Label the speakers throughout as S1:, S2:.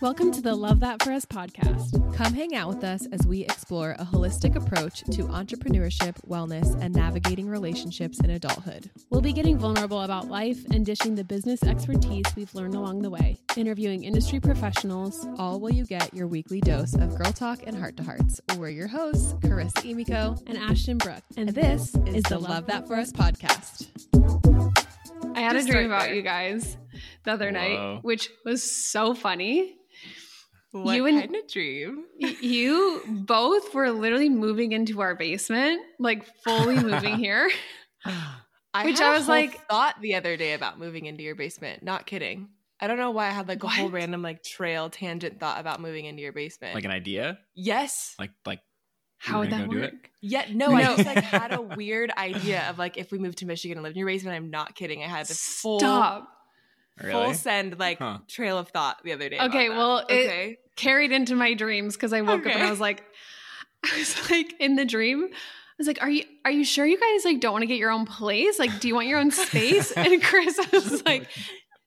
S1: Welcome to the Love That For Us podcast.
S2: Come hang out with us as we explore a holistic approach to entrepreneurship, wellness, and navigating relationships in adulthood.
S1: We'll be getting vulnerable about life and dishing the business expertise we've learned along the way, interviewing industry professionals.
S2: All while you get your weekly dose of girl talk and heart to hearts. We're your hosts, Carissa Emiko,
S1: And Ashton Brooke.
S2: and this is the Love That For Us podcast.
S1: I had a
S3: Just
S1: dream about
S3: start there.
S1: you guys the other
S4: Whoa.
S1: night, which was so funny.
S3: What
S1: You
S3: you
S1: and-
S3: kind of dream?
S1: Y- You both were literally moving into our basement, like fully moving here.
S3: I
S1: Which
S3: had
S1: I
S3: a
S1: was
S3: whole
S1: like-
S3: thought the other day about moving into your basement. Not kidding. I don't know why I had like a whole
S1: What?
S3: random like trail tangent thought about moving into your basement.
S4: like an idea
S3: yes.
S4: like like
S1: How would
S4: gonna
S1: that
S4: go do
S1: work?
S4: it?
S3: Yeah. No, I
S4: No.
S3: just like had a weird idea of like if we moved to Michigan and lived in your basement. I'm not kidding. I had this full
S1: Stop.
S3: full
S4: really
S3: send like
S4: Huh.
S3: trail of thought the other day.
S1: Okay,
S3: about that.
S1: well, it-
S3: okay.
S1: Carried into my dreams because I woke up and I
S3: Okay.
S1: was like, I was like in the dream. I was like, are you are you sure you guys like don't want to get your own place? Like, do you want your own space? And Chris was like,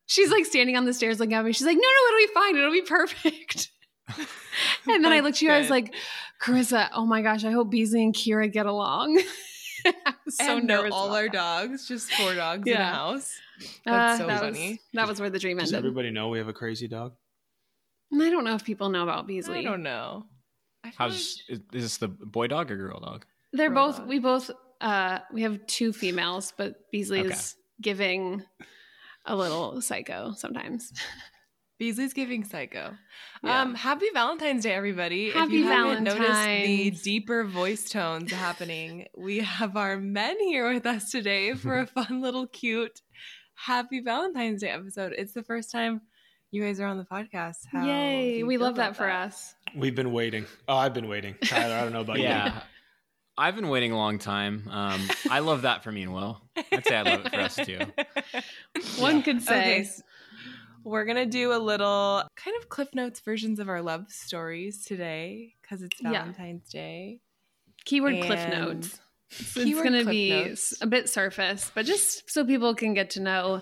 S1: she's like standing on the stairs looking at me. She's like, no, no, it'll be fine. It'll be perfect. and then I
S3: That's
S1: looked at you, I was
S3: good.
S1: like, Carissa, oh my gosh, I hope Beasley and Kira get along. I was so
S3: and no,
S1: nervous.
S3: all
S1: about
S3: our
S1: that.
S3: dogs, just four dogs in
S1: Yeah.
S3: a house. That's
S1: Uh,
S3: so
S1: that
S3: funny.
S1: Was, that was where the dream
S4: does
S1: ended.
S4: everybody know we have a crazy dog
S1: And I don't know if people know about Beasley.
S3: I don't know. I feel
S4: how's is, is this the boy dog or girl dog
S1: They're
S3: Girl
S1: both.
S3: dog.
S1: We both. uh We have two females, but Beasley
S4: Okay.
S1: is giving a little psycho sometimes.
S3: Beasley's giving psycho.
S1: Yeah.
S3: Um, happy Valentine's Day, everybody. if
S1: Happy
S3: you haven't
S1: Valentine's.
S3: noticed the deeper voice tones happening, we have our men here with us today for a fun little cute Happy Valentine's Day episode. It's the first time you guys are on the podcast. How do
S1: Yay!
S3: you
S1: We
S3: feel
S1: love that
S3: about
S1: for us.
S5: We've been waiting. Oh, I've been waiting. Tyler, I don't know about you.
S4: yeah i've been waiting a long time um i love that for me and will i'd say i love it for us too
S1: One could say.
S3: Okay. s- We're going to do a little kind of Cliff Notes versions of our love stories today because it's
S1: Yeah.
S3: Valentine's Day.
S1: Keyword cliff
S3: And
S1: notes. So it's
S3: keyword
S1: going to
S3: cliff
S1: be
S3: notes.
S1: s- a bit surface, but just so people can get to know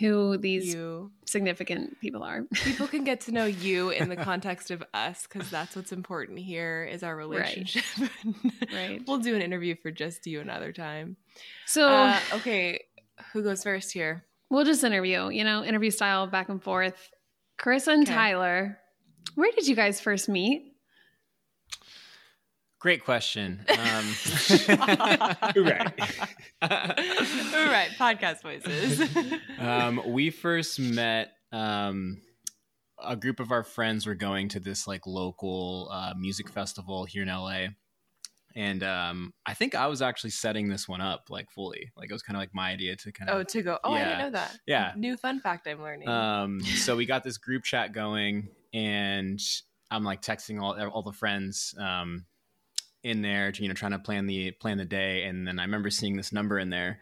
S1: who these
S3: You.
S1: significant people are.
S3: people can get to know you in the context of us because that's what's important here is our relationship
S1: Right.
S3: we'll do an interview for just you another time
S4: Oh.
S1: So
S3: Uh, okay who goes first here
S1: we'll just interview, you know, interview style back and forth. Carissa and
S3: Okay.
S1: Tyler, where did you guys first meet?
S4: great question um
S5: Right.
S3: all right podcast voices
S4: um, we first met um, a group of our friends were going to this like local uh, music festival here in LA, and um, I think I was actually setting this one up like fully. Like it was kind of like my idea to kind of
S3: oh to go oh i didn't
S4: Yeah.
S3: know that
S4: yeah.
S3: new fun fact i'm learning
S4: Um, so we got this group chat going, and I'm like texting all all the friends um, in there, you know, trying to plan the plan the day. And then I remember seeing this number in there.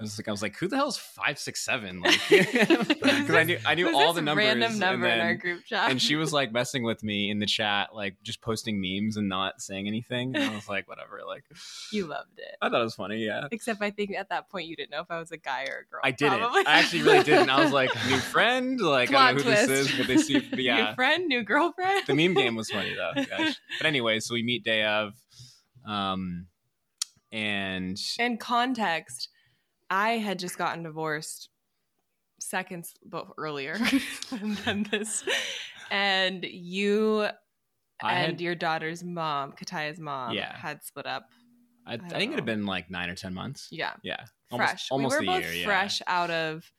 S4: I was like, I was like, who the hell is five six seven? Like, because I knew I knew
S3: Who's
S4: all
S3: this
S4: the numbers.
S3: random number
S4: and,
S3: in our
S4: then-
S3: group chat
S4: and she was like messing with me in the chat, like just posting memes and not saying anything. And I was like, whatever. Like,
S3: you loved it
S4: I thought it was funny. Yeah.
S3: except i think at that point you didn't know if i was a guy or a girl
S4: I didn't.
S3: probably.
S4: I actually really didn't. I was like, new friend. Like, I don't know
S3: Plot
S4: who
S3: twist.
S4: this is, but they see. But yeah,
S3: new friend new girlfriend
S4: the meme game was funny though. Gosh. But anyway, so we meet day of, um, and
S3: in context, I had just gotten divorced seconds bo- earlier than this, and you
S4: I
S3: and
S4: had,
S3: your daughter's mom, Kataya's mom,
S4: Yeah.
S3: had split up.
S4: I, I
S3: don't
S4: think it
S3: know.
S4: had been like nine or ten months.
S3: Yeah,
S4: Yeah, almost,
S3: fresh.
S4: Almost
S3: we were
S4: a
S3: both
S4: year.
S3: fresh out of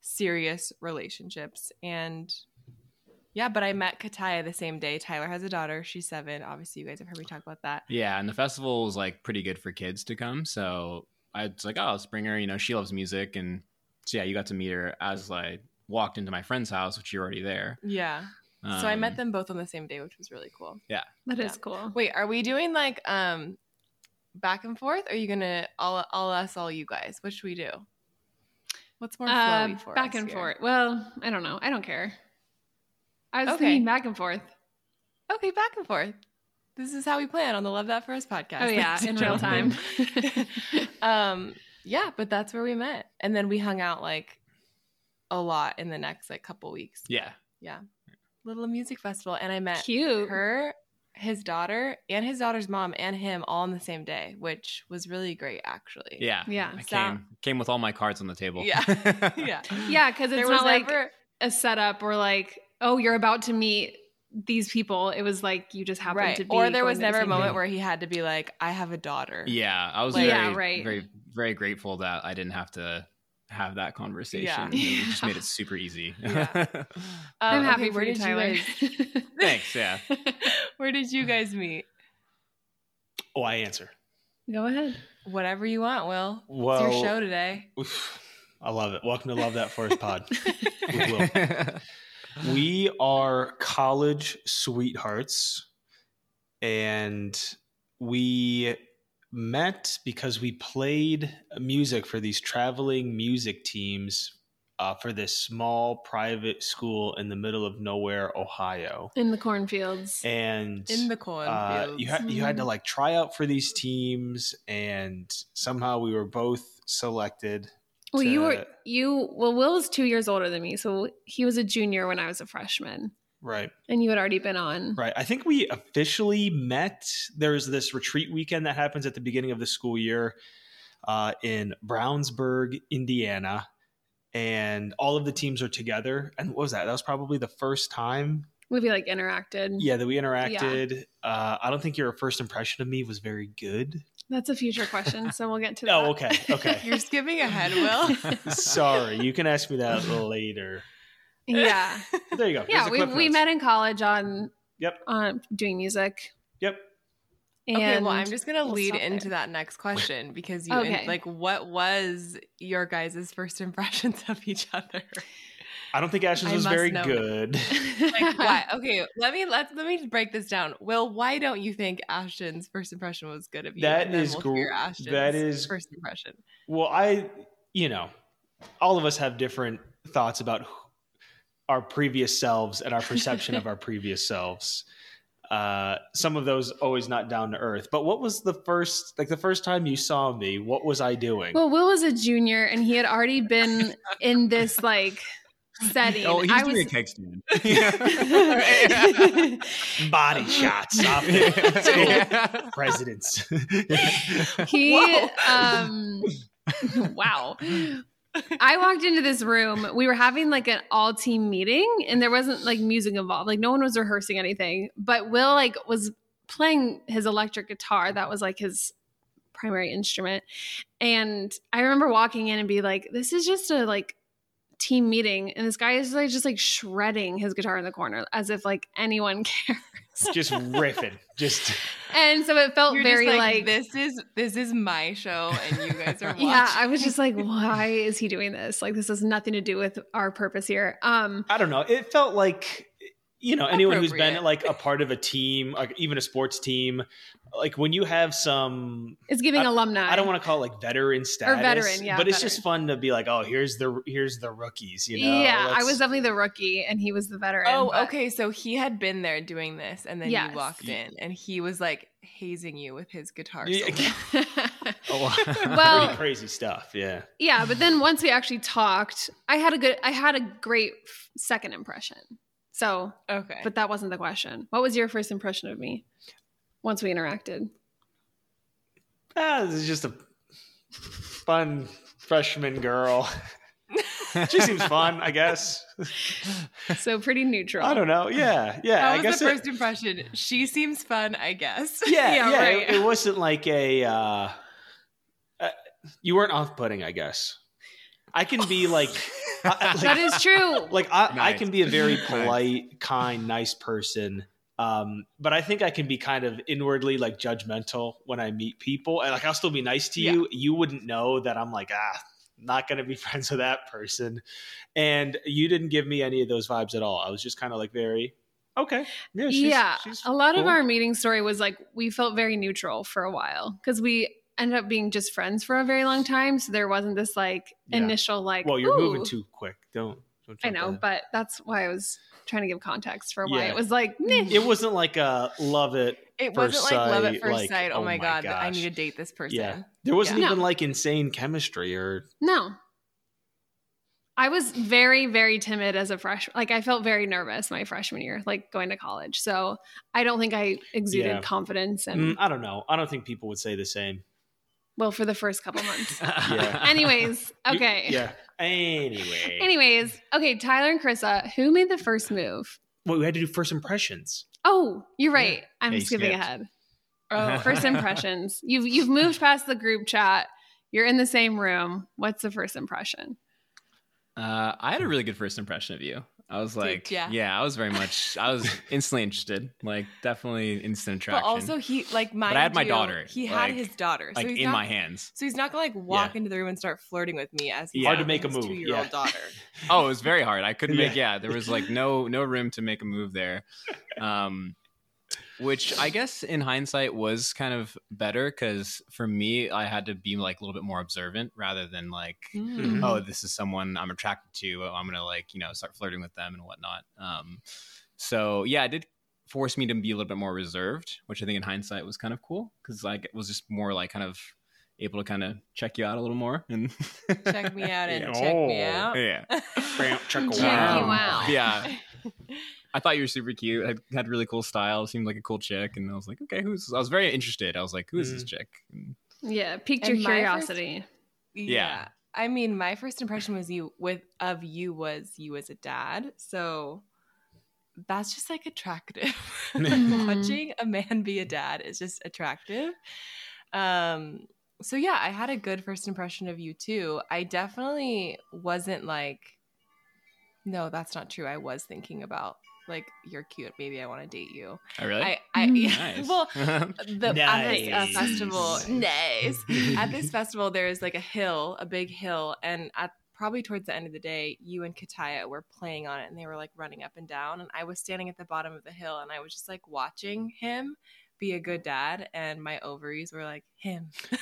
S3: serious relationships, and yeah. But I met Kataya the same day. Tyler has a daughter; she's seven. Obviously, you guys have heard me talk about that.
S4: Yeah. yeah, and the festival was like pretty good for kids to come. So I was like, oh, let's bring her. You know, she loves music, and so yeah, you got to meet her as I walked into my friend's house, which you're already there.
S3: Yeah. so I met
S4: Um,
S3: them both on the same day, which was really cool.
S1: That is
S3: Yeah.
S1: cool.
S3: Wait, are we doing like um back and forth? Are you gonna all all us all you guys? What should we do? What's more
S1: Uh,
S3: flowy for
S1: back
S3: us
S1: and
S3: here?
S1: forth. Well, I don't know. I don't care. I was
S3: Okay.
S1: thinking back and forth.
S3: Okay, back and forth. This is how we plan on the Love That First podcast.
S1: Oh yeah, in real time.
S3: um, yeah, but that's where we met, and then we hung out like a lot in the next like couple weeks.
S4: Yeah.
S3: Yeah. little music festival, and I met
S1: Cute.
S3: her, his daughter, and his daughter's mom, and him all on the same day, which was really great, actually.
S4: Yeah.
S1: Yeah.
S4: I
S3: So-
S4: came came with all my cards on the table.
S3: Yeah. yeah.
S1: Yeah, because it's
S3: There was
S1: not like
S3: never-
S1: a setup or like, oh, you're about to meet these people. It was like you just happened
S3: right.
S1: to be.
S3: Or there
S1: going
S3: was
S1: to the
S3: never a
S1: same
S3: moment
S1: thing.
S3: where he had to be like, I have a daughter.
S4: Yeah, I was
S1: Like-
S4: very,
S1: Yeah, right.
S4: very, very grateful that I didn't have to have that conversation.
S3: Yeah.
S4: It just made it super easy.
S3: Yeah.
S1: I'm
S3: Um,
S1: happy
S3: okay,
S1: for
S3: where
S1: you,
S3: did
S1: Tyler.
S3: guys-
S4: Thanks. Yeah.
S3: where did you guys meet?
S5: Oh, I answer.
S1: Go ahead.
S3: Whatever you want, Will.
S5: Well,
S3: it's your show today.
S5: oof, I love it. Welcome to Love That First Pod. with Will.
S4: yeah.
S5: We are college sweethearts, and we met because we played music for these traveling music teams uh, for this small private school in the middle of nowhere, Ohio.
S1: In the cornfields.
S5: And
S3: In the cornfields.
S5: uh, you had you had to
S1: Mhm.
S5: like try out for these teams, and somehow we were both selected.
S1: Well, you were
S5: to-
S1: you. Well, Will was two years older than me, so he was a junior when I was a freshman,
S5: Right.
S1: and you had already been on.
S5: Right. I think we officially met. There's this retreat weekend that happens at the beginning of the school year uh, in Brownsburg, Indiana. And all of the teams are together. And what was that? That was probably the first time,
S1: We'd be like interacted.
S5: yeah, that we interacted. Uh, I don't think your first impression of me was very good.
S1: That's a future question, so we'll get to that.
S5: Oh, okay, okay.
S3: You're skipping ahead, Will.
S5: Sorry, you can ask me that later.
S1: yeah,
S5: There you go. There's
S1: yeah.
S5: the
S1: We
S5: Cliff
S1: we
S5: Notes.
S1: met in college on
S5: Yep.
S1: on doing music.
S5: Yep.
S1: And
S3: okay, well, I'm just gonna
S1: we'll
S3: lead
S1: stop there.
S3: into that next question because you in-
S1: Okay.
S3: like what was your guys' first impressions of each other?
S5: I don't think Ashes
S3: I
S5: was
S3: must
S5: very
S3: know.
S5: good.
S3: Like why? Okay, let me let let me break this down. Will, why don't you think Ashton's first impression was good of you?
S5: That
S3: And then
S5: is
S3: we'll hear
S5: gr-
S3: Ashton's
S5: that is-
S3: first impression.
S5: Well, I, you know, all of us have different thoughts about who- our previous selves and our perception of our previous selves. Uh, some of those always not down to earth. But what was the first, like the first time you saw me? What was I doing?
S1: Well, Will was a junior, and he had already been in this like setting.
S4: Oh, he's
S1: I
S4: doing
S1: was.
S4: a keg stand.
S5: Body
S1: uh,
S5: shots off the school presidents.
S1: he um wow i walked into this room we were having like an all team meeting and there wasn't like music involved like no one was rehearsing anything but will like was playing his electric guitar that was like his primary instrument and i remember walking in and be like this is just a like team meeting and this guy is like just like shredding his guitar in the corner as if like anyone cared
S5: just riffing. Just
S1: and so it felt
S3: You're just
S1: very like
S3: this is this is my show and you guys are watching.
S1: Yeah, I was just like, why is he doing this? Like, this has nothing to do with our purpose here. Um,
S5: I don't know. It felt like you know anyone who's been
S3: Appropriate.
S5: like a part of a team, like even a sports team, like when you have some.
S1: it's giving alumni.
S5: I don't want to call it like veteran status,
S1: veteran, yeah,
S5: but it's just fun to be like, oh, here's the here's the rookies, you know?
S1: yeah, I
S5: let's-
S1: was definitely the rookie, and he was the veteran.
S3: Oh,
S1: but-
S3: okay. So he had been there doing this, and then
S1: Yes.
S3: you walked in, and he was like hazing you with his guitar.
S5: Yeah.
S3: solo.
S4: Oh,
S1: Well-
S5: pretty crazy stuff. Yeah,
S1: yeah, but then once we actually talked, I had a good, I had a great f- second impression. So,
S3: Okay.
S1: but that wasn't the question. What was your first impression of me once we interacted?
S5: ah, this is just a fun freshman girl. she seems fun, I guess.
S1: So pretty neutral.
S5: I don't know. Yeah, yeah.
S3: that
S5: I
S3: was
S5: guess
S3: the
S5: it-
S3: first impression. She seems fun, I guess.
S5: yeah,
S1: Yeah,
S5: yeah.
S1: right.
S5: It, it wasn't like a uh, uh, you weren't off-putting, I guess. I can be like, I- I- like,
S1: That is true.
S5: like I, I
S4: Nice.
S5: can be a very
S4: Nice.
S5: polite, kind, nice person. Um, but I think I can be kind of inwardly like judgmental when I meet people, and like I'll still be nice to you. You wouldn't know that I'm like ah, not gonna be friends with that person. And you didn't give me any of those vibes at all. I was just kind of like very okay, yeah, she's,
S1: yeah
S5: she's
S1: a lot of
S5: cool.
S1: our meeting story was like we felt very neutral for a while because we ended up being just friends for a very long time so there wasn't this like
S5: Yeah.
S1: initial like
S5: Well, you're moving
S1: "Ooh."
S5: too quick. Don't. don't
S1: i
S5: jump
S1: know
S5: ahead.
S1: but that's why i was trying to give context for why
S5: Yeah.
S1: it was like
S3: Mm,
S1: meh.
S5: it wasn't like a love it.
S3: It
S5: First
S3: wasn't like love at
S5: sight,
S3: first
S5: like,
S3: sight. Oh,
S5: oh
S3: my
S5: my
S3: god, I
S5: gosh.
S3: need to date this person.
S5: Yeah. There wasn't
S1: Yeah.
S5: even like insane chemistry or
S1: no
S6: I was very, very timid as a freshman. Like I felt very nervous my freshman year, like going to college. So I don't think I exuded
S5: Yeah.
S6: confidence.
S5: Mm,
S6: And
S5: I don't know. I don't think people would say the same.
S6: well, for the first couple months.
S5: Yeah.
S6: Anyways,
S5: You-
S6: okay.
S5: yeah. Anyway.
S6: Anyways, okay. Tyler and Krissa, who made the first move?
S5: Well, we had to do first impressions.
S6: Oh, you're right. I'm
S4: Hey,
S6: skipping
S4: skipped.
S6: ahead.
S3: Oh,
S6: First impressions. You've you've moved past the group chat. You're in the same room. What's the first impression?
S4: Uh, I had a really good first impression of you. I was like,
S3: ya?
S4: yeah. I was very much, I was instantly interested. Like, definitely instant
S3: but
S4: attraction.
S3: also he like my.
S4: had my daughter,
S3: He had
S4: like-
S3: his daughter.
S4: like
S3: he's
S4: in
S3: not-
S4: my hands.
S3: So he's not gonna like walk into the room and start flirting with me as he's
S4: Hard to
S3: dating
S5: make a
S3: his
S5: move,
S3: Two-year-old
S5: yeah.
S3: daughter.
S4: Oh, it was very hard. I couldn't make.
S5: Yeah.
S4: Yeah, there was like no no room to make a move there, um, which I guess in hindsight was kind of better because for me I had to be like a little bit more observant rather than like
S3: Hmm.
S5: Mhm.
S4: oh this is someone I'm attracted to oh, I'm gonna like you know start flirting with them and whatnot. Um, so yeah, it did force me to be a little bit more reserved, which I think in hindsight was kind of cool because like it was just more like kind of able to kind of check you out a little more and
S3: Check me out and
S5: Yeah.
S3: check me
S5: Oh.
S3: out.
S4: yeah.
S5: Bam, check a
S6: Check
S5: wow.
S6: you out.
S4: Yeah. I thought you were super cute. Had, had really cool style. Seemed like a cool chick, and I was like, okay, who's? I was very interested. I was like, who is this
S6: Mm.
S4: chick? And-
S6: Yeah, piqued
S3: And
S6: your
S3: my first-
S6: curiosity.
S4: Yeah.
S3: I mean, my first impression was you with of you was you as a dad. So that's just like attractive.
S6: Mhm.
S3: Watching a man be a dad is just attractive. Um so yeah, I had a good first impression of you too. I definitely wasn't like no, that's not true. I was thinking about like you're cute, maybe I want to date you.
S4: Oh, really?
S3: I, I
S6: Mm.
S3: yeah,
S4: nice. Uh-huh.
S3: well the at
S5: Nice.
S3: this uh, festival. Nice. at this festival, there is like a hill, a big hill, and at probably towards the end of the day, you and Kataya were playing on it, and they were like running up and down, and I was standing at the bottom of the hill, and I was just like watching him be a good dad, and my ovaries were like him.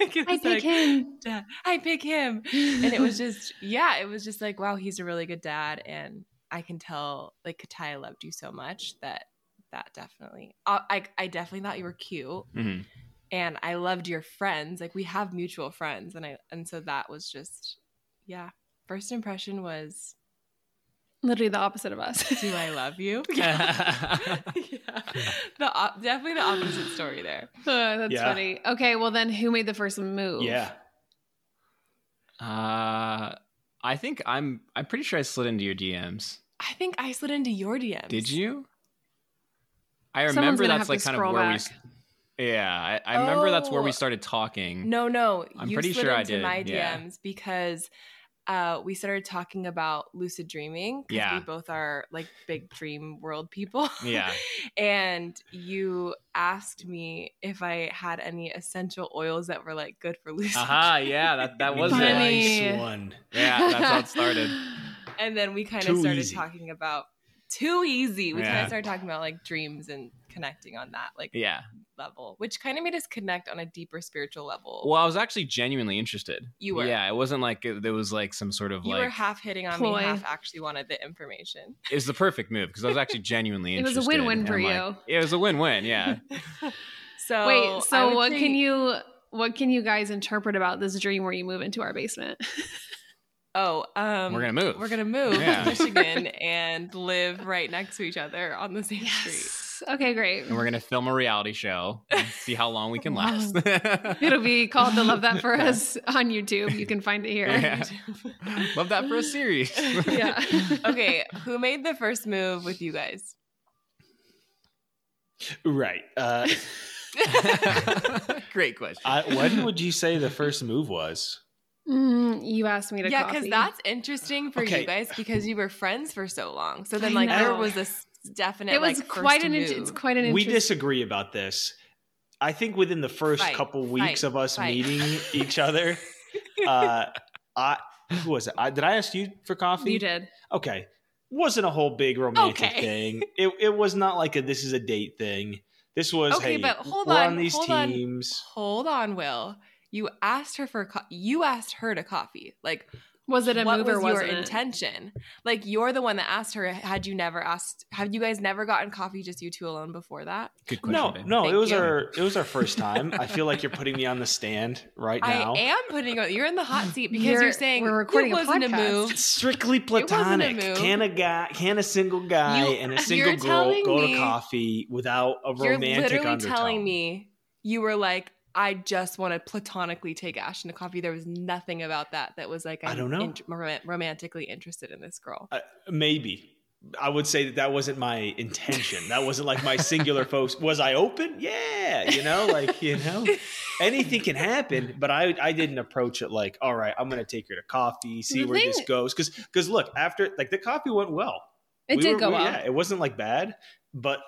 S3: Like, it
S6: I
S3: was
S6: pick
S3: like,
S6: him.
S3: Dad, I pick him. And it was just, yeah, it was just like, wow, he's a really good dad. And I can tell, like, Kataya loved you so much that that definitely, I, I, I definitely thought you were cute
S4: Mhm.
S3: and I loved your friends. Like we have mutual friends, and I and so that was just, yeah. First impression was,
S6: literally the opposite of us.
S3: do I love you? yeah, the op- definitely the opposite story there.
S6: Oh, that's
S5: Yeah.
S6: funny. Okay, well then, who made the first move?
S5: Yeah.
S4: Uh, I think I'm. I'm pretty sure I slid into your DMs.
S3: I think I slid into your DMs.
S4: Did you? I
S6: Someone's
S4: remember
S6: gonna
S4: that's
S6: have
S4: like
S6: to
S4: kind
S6: scroll
S4: of where
S6: back.
S4: we. s- Yeah, I, I remember that's where
S3: Oh.
S4: we started talking.
S3: No, no.
S4: I'm
S3: you
S4: pretty
S3: slid
S4: sure I
S3: into
S4: did,
S3: My DMs
S4: yeah.
S3: because uh, we started talking about lucid dreaming. 'cause
S4: Yeah.
S3: we both are like big dream world people.
S4: Yeah.
S3: and you asked me if I had any essential oils that were like good for lucid.
S4: Aha. Uh-huh, yeah. That that was it.
S6: Funny.
S5: nice one.
S4: Yeah. That's how it started.
S3: And then we kind of
S5: Too
S3: started
S5: easy.
S3: talking about too easy. We kind
S4: Yeah.
S3: of started talking about like dreams and connecting on that like
S4: Yeah.
S3: level, which kind of made us connect on a deeper spiritual level.
S4: Well, I was actually genuinely interested.
S3: You were.
S4: Yeah, it wasn't like it, there was like some sort of
S3: you
S4: like
S3: were half hitting on
S6: ploy.
S3: me, half actually wanted the information.
S4: it was the perfect move because I was actually genuinely
S6: It was
S4: interested.
S6: a win-win
S4: and
S6: for
S4: I'm
S6: you.
S4: like, it was a win-win, yeah.
S3: So
S6: Wait,
S3: I
S6: so
S3: would
S6: what
S3: say-
S6: can you what can you guys interpret about this dream where you move into our basement?
S3: Oh, um,
S4: We're gonna move.
S3: We're gonna move
S4: Yeah.
S3: to Michigan and live right next to each other on the same street.
S6: Okay, great.
S4: and we're gonna film a reality show and see how long we can
S3: Wow.
S4: last.
S6: It'll be called the Love That For Us on YouTube. You can find it here.
S4: Yeah. Love that for a series.
S6: Yeah.
S3: okay, who made the first move with you guys?
S5: Right. Uh,
S4: Great question.
S5: I, when would you say the first move was?
S6: Mm, you asked me to
S3: yeah,
S6: because
S3: because that's interesting for
S5: Okay.
S3: you guys because you were friends for so long. So then,
S6: I
S3: like, there
S6: know.
S3: was a s- definite.
S6: it was
S3: like,
S6: quite
S3: first
S6: an
S3: move.
S6: int- it's quite an
S5: We
S6: interesting
S5: disagree about this. I think within the first
S3: Fight,
S5: couple weeks
S3: fight,
S5: of us
S3: fight.
S5: meeting each other, uh, I who was it? I, did I ask you for coffee?
S6: you did.
S5: Okay. Wasn't a whole big romantic
S3: Okay.
S5: thing. It, it was not like a this is a date thing. This was
S3: Okay,
S5: hey,
S3: but hold
S5: we're on,
S3: on,
S5: these
S3: hold on.
S5: teams.
S3: Hold on, Will. You asked her for co- you asked her to coffee. Like
S6: Was it a
S3: what
S6: move
S3: was
S6: or
S3: your
S6: wasn't it?
S3: intention? Like you're the one that asked her. Had you never asked? Have you guys never gotten coffee, just you two alone before that?
S4: Good question.
S5: No,
S4: babe.
S5: no,
S3: Thank
S5: it was
S3: you.
S5: our it was our first time. I feel like you're putting me on the stand right now.
S3: I am putting you. You're in the hot seat because you're,
S6: You're-
S3: saying
S6: we're recording
S3: it
S6: a
S3: wasn't a,
S6: podcast.
S3: move.
S5: It's strictly
S3: wasn't a
S5: platonic.
S3: move.
S5: Can a guy, can a single guy
S3: You-
S5: and a
S3: you're
S5: single girl
S3: telling
S5: go
S3: me-
S5: to coffee without a
S3: You're
S5: romantic
S3: literally
S5: undertone?
S3: telling me you were like, I just want to platonically take Ashton to coffee. There was nothing about that that was like
S5: I
S3: I'm
S5: don't know.
S3: int- rom- romantically interested in this girl.
S5: Uh, maybe. I would say that that wasn't my intention. That wasn't like my singular focus. Was I open? Yeah, you know, like you know, anything can happen. But I I didn't approach it like, all right, I'm gonna take her to coffee, see
S6: The
S5: where this
S6: thing-
S5: goes. Because because look, after like the coffee went well.
S6: It
S5: We
S6: did
S5: were-
S6: go
S5: we-
S6: well.
S5: Yeah, it wasn't like bad, but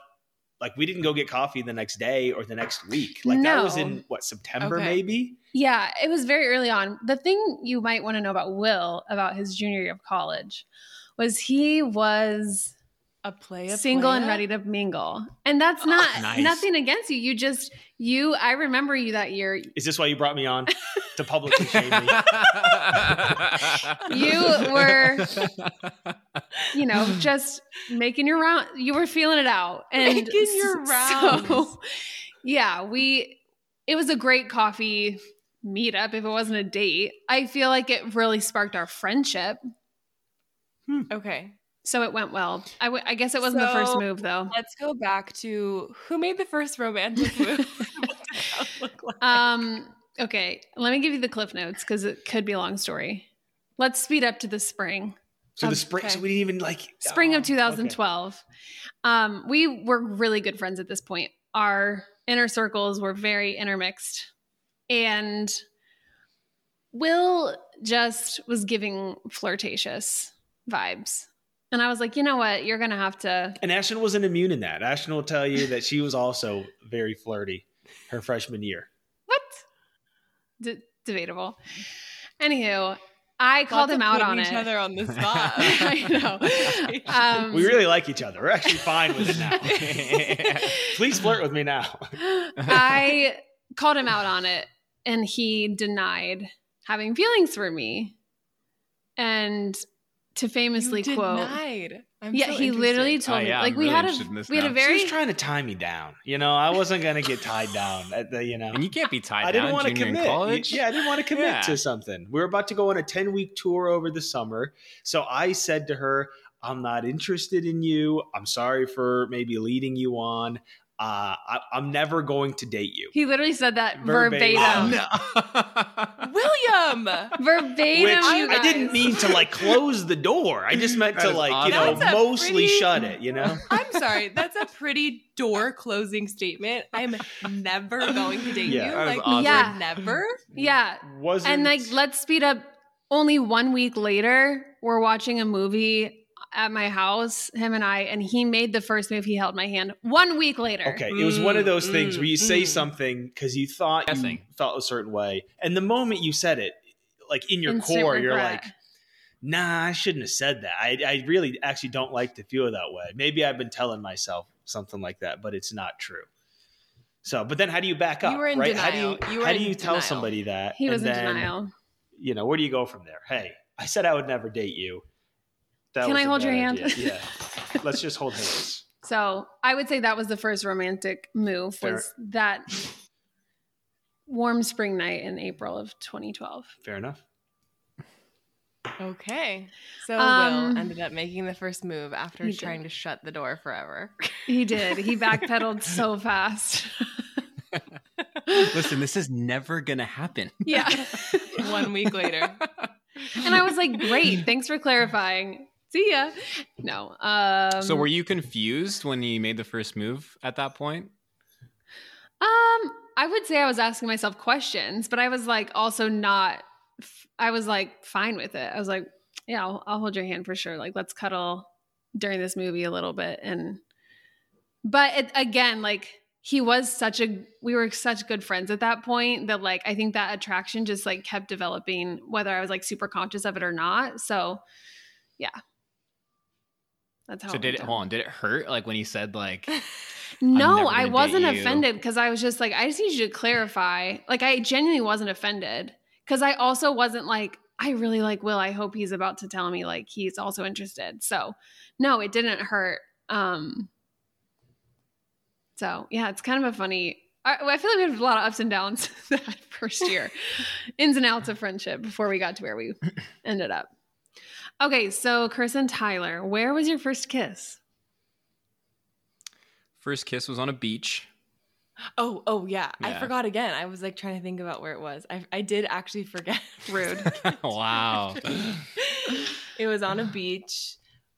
S5: like we didn't go get coffee the next day or the next week. Like that was
S6: No.
S5: in what September
S3: Okay.
S5: maybe.
S6: Yeah, it was very early on. The thing you might want to know about Will about his junior year of college was he was
S3: A play,
S6: single and ready to mingle. And that's
S3: Oh,
S6: not
S4: Nice.
S6: nothing against you. You just you I remember you that year.
S5: Is this why you brought me on to publicly shame me?
S6: You were you know, just making your round you were feeling it out. And
S3: Making your
S6: s-
S3: rounds.
S6: yeah, we it was a great coffee meetup if it wasn't a date. I feel like it really sparked our friendship.
S3: Okay,
S6: So it went well. I, w- I guess it wasn't the first
S3: So-
S6: move though.
S3: let's go back to who made the first romantic move. what did that look like?
S6: Um, okay, let me give you the cliff notes because it could be a long story. Let's speed up to the spring,
S5: So the spring, so
S3: Okay.
S5: we didn't even like
S6: spring
S5: oh,
S6: of
S5: okay.
S6: 2012. Um, we were really good friends at this point. Our inner circles were very intermixed, and Will just was giving flirtatious vibes. And I was like, you know what? You're gonna have to
S5: And Ashton wasn't immune in that. Ashton will tell you that she was also very flirty her freshman year.
S6: What? D- debatable. Anywho, I called
S3: Lots
S6: him
S3: of
S6: out
S3: putting
S6: on
S3: each
S6: it.
S3: other on the spot.
S6: I know. Um,
S4: Mm-hmm.
S5: We really like each other. We're actually fine with it now. Please flirt with me now.
S6: I called him out on it, and he denied having feelings for me. And to famously
S3: You
S6: quote,
S3: denied. I'm
S6: yeah,
S3: so
S6: he
S3: interested.
S6: literally told
S4: Oh,
S6: me
S4: yeah,
S6: like
S4: I'm
S6: we
S4: really
S6: had
S4: interested in
S6: a
S4: this
S6: we had a
S4: now.
S5: She was
S6: very
S5: trying to tie me down. You know, I wasn't going to get tied down. At the, you know,
S4: and you can't be tied
S5: I didn't
S4: down
S5: want to
S4: junior in
S5: commit.
S4: college.
S5: Yeah, I didn't want to commit
S4: Yeah.
S5: to something. We were about to go on a 10 week tour over the summer. So I said to her, I'm not interested in you. I'm sorry for maybe leading you on. Uh, I, I'm never going to date you.
S6: he literally said that
S5: Verbatim.
S6: verbatim.
S4: no.
S3: William.
S6: Verbatim,
S5: Which
S6: you
S5: I
S6: guys.
S5: didn't mean to like close the door. I just meant
S4: That
S5: to
S4: is
S5: like, you know,
S4: awesome.
S3: That's a
S5: mostly
S3: pretty-
S5: shut it, you know?
S3: I'm sorry. That's a pretty door closing statement. I'm never going to date you.
S5: Yeah.
S4: That was
S3: Like
S4: awesome.
S6: Yeah.
S3: never.
S6: Yeah,
S5: Wasn't
S6: And like, let's speed up. Only one week later, we're watching a movie at my house, him and I, and he made the first move. He held my hand one week later.
S5: Okay, it was one of those
S3: Mm,
S5: things where you say
S3: mm, mm.
S5: something because you thought you
S4: Guessing.
S5: felt a certain way, and the moment you said it, like in your
S6: Instant
S5: core, you're
S6: regret.
S5: like, "Nah, I shouldn't have said that. I, I really actually don't like to feel that way. Maybe I've been telling myself something like that, but it's not true." So, but then how do you back
S3: You
S5: up?
S3: were in
S5: right?
S3: denial.
S5: How do you,
S3: You were
S5: how do
S3: in
S5: you tell
S3: denial.
S5: somebody that?
S6: He
S5: and
S6: was in
S5: then,
S6: denial.
S5: You know, where do you go from there? Hey, I said I would never date you. That
S6: Can
S5: was
S6: I
S5: a
S6: hold your
S5: bad
S6: hand?
S5: idea. Yeah, let's just hold hands.
S6: So I would say that was the first romantic move was that warm spring night in April of 2012.
S5: Fair enough.
S3: Okay. So
S6: Um,
S3: Will ended up making the first move after
S6: he did.
S3: trying to shut the door forever.
S6: He did. He backpedaled so fast.
S4: Listen, this is never gonna happen.
S6: yeah.
S3: One week later.
S6: And I was like, great. Thanks for clarifying. See ya. No. Um,
S4: so were you confused when you made the first move at that point?
S6: Um, I would say I was asking myself questions, but I was like also not. f- I was like fine with it. I was like, yeah, I'll, I'll hold your hand for sure. Like, let's cuddle during this movie a little bit. And but it, again, like he was such a we were such good friends at that point that like I think that attraction just like kept developing, whether I was like super conscious of it or not. So, yeah. That's how
S4: So
S6: it
S4: did
S6: went
S4: it?
S6: down.
S4: Hold on, did it hurt? Like when he said like, never
S6: No,
S4: gonna
S6: I
S4: date
S6: wasn't
S4: you.
S6: offended because I was just like, I just need you to clarify. Like, I genuinely wasn't offended because I also wasn't like, I really like Will. I hope he's about to tell me like he's also interested. So, no, it didn't hurt. Um, so yeah, it's kind of a funny. I, I feel like we had a lot of ups and downs that first year, ins and outs of friendship before we got to where we ended up. Okay, so Chris and Tyler, where was your first kiss?
S4: First kiss was on a beach.
S3: Oh, oh yeah. I
S4: Yeah.
S3: forgot again. I was like trying to think about where it was. I, I did actually forget. Rude.
S4: wow.
S3: it was on a beach.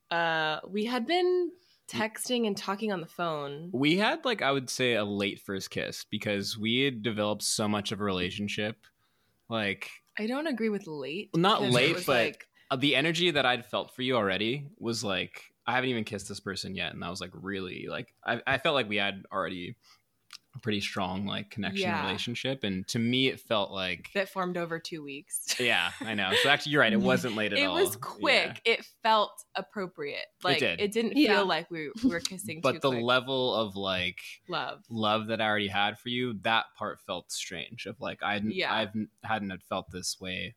S3: Uh, we had been texting and talking on the phone.
S4: We had like I would say a late first kiss because we had developed so much of a relationship. Like
S3: I don't agree with late.
S4: Not
S3: because it
S4: late,
S3: was,
S4: but-
S3: like,
S4: uh, the energy that I'd felt for you already was like I haven't even kissed this person yet, and I was like really like I, I felt like we had already a pretty strong like connection
S3: Yeah.
S4: relationship, and to me it felt like
S3: that formed over two weeks.
S4: yeah I know. So actually, you're right. It wasn't late at
S3: it
S4: all.
S3: was
S4: Yeah.
S3: quick. It felt appropriate. Like it,
S4: did.
S3: did. not
S6: Yeah.
S3: feel like we we were kissing. too
S4: But the
S3: quick.
S4: level of like
S3: love.
S4: love that I already had for you, that part felt strange. Of like I
S3: Yeah.
S4: I've hadn't had felt this way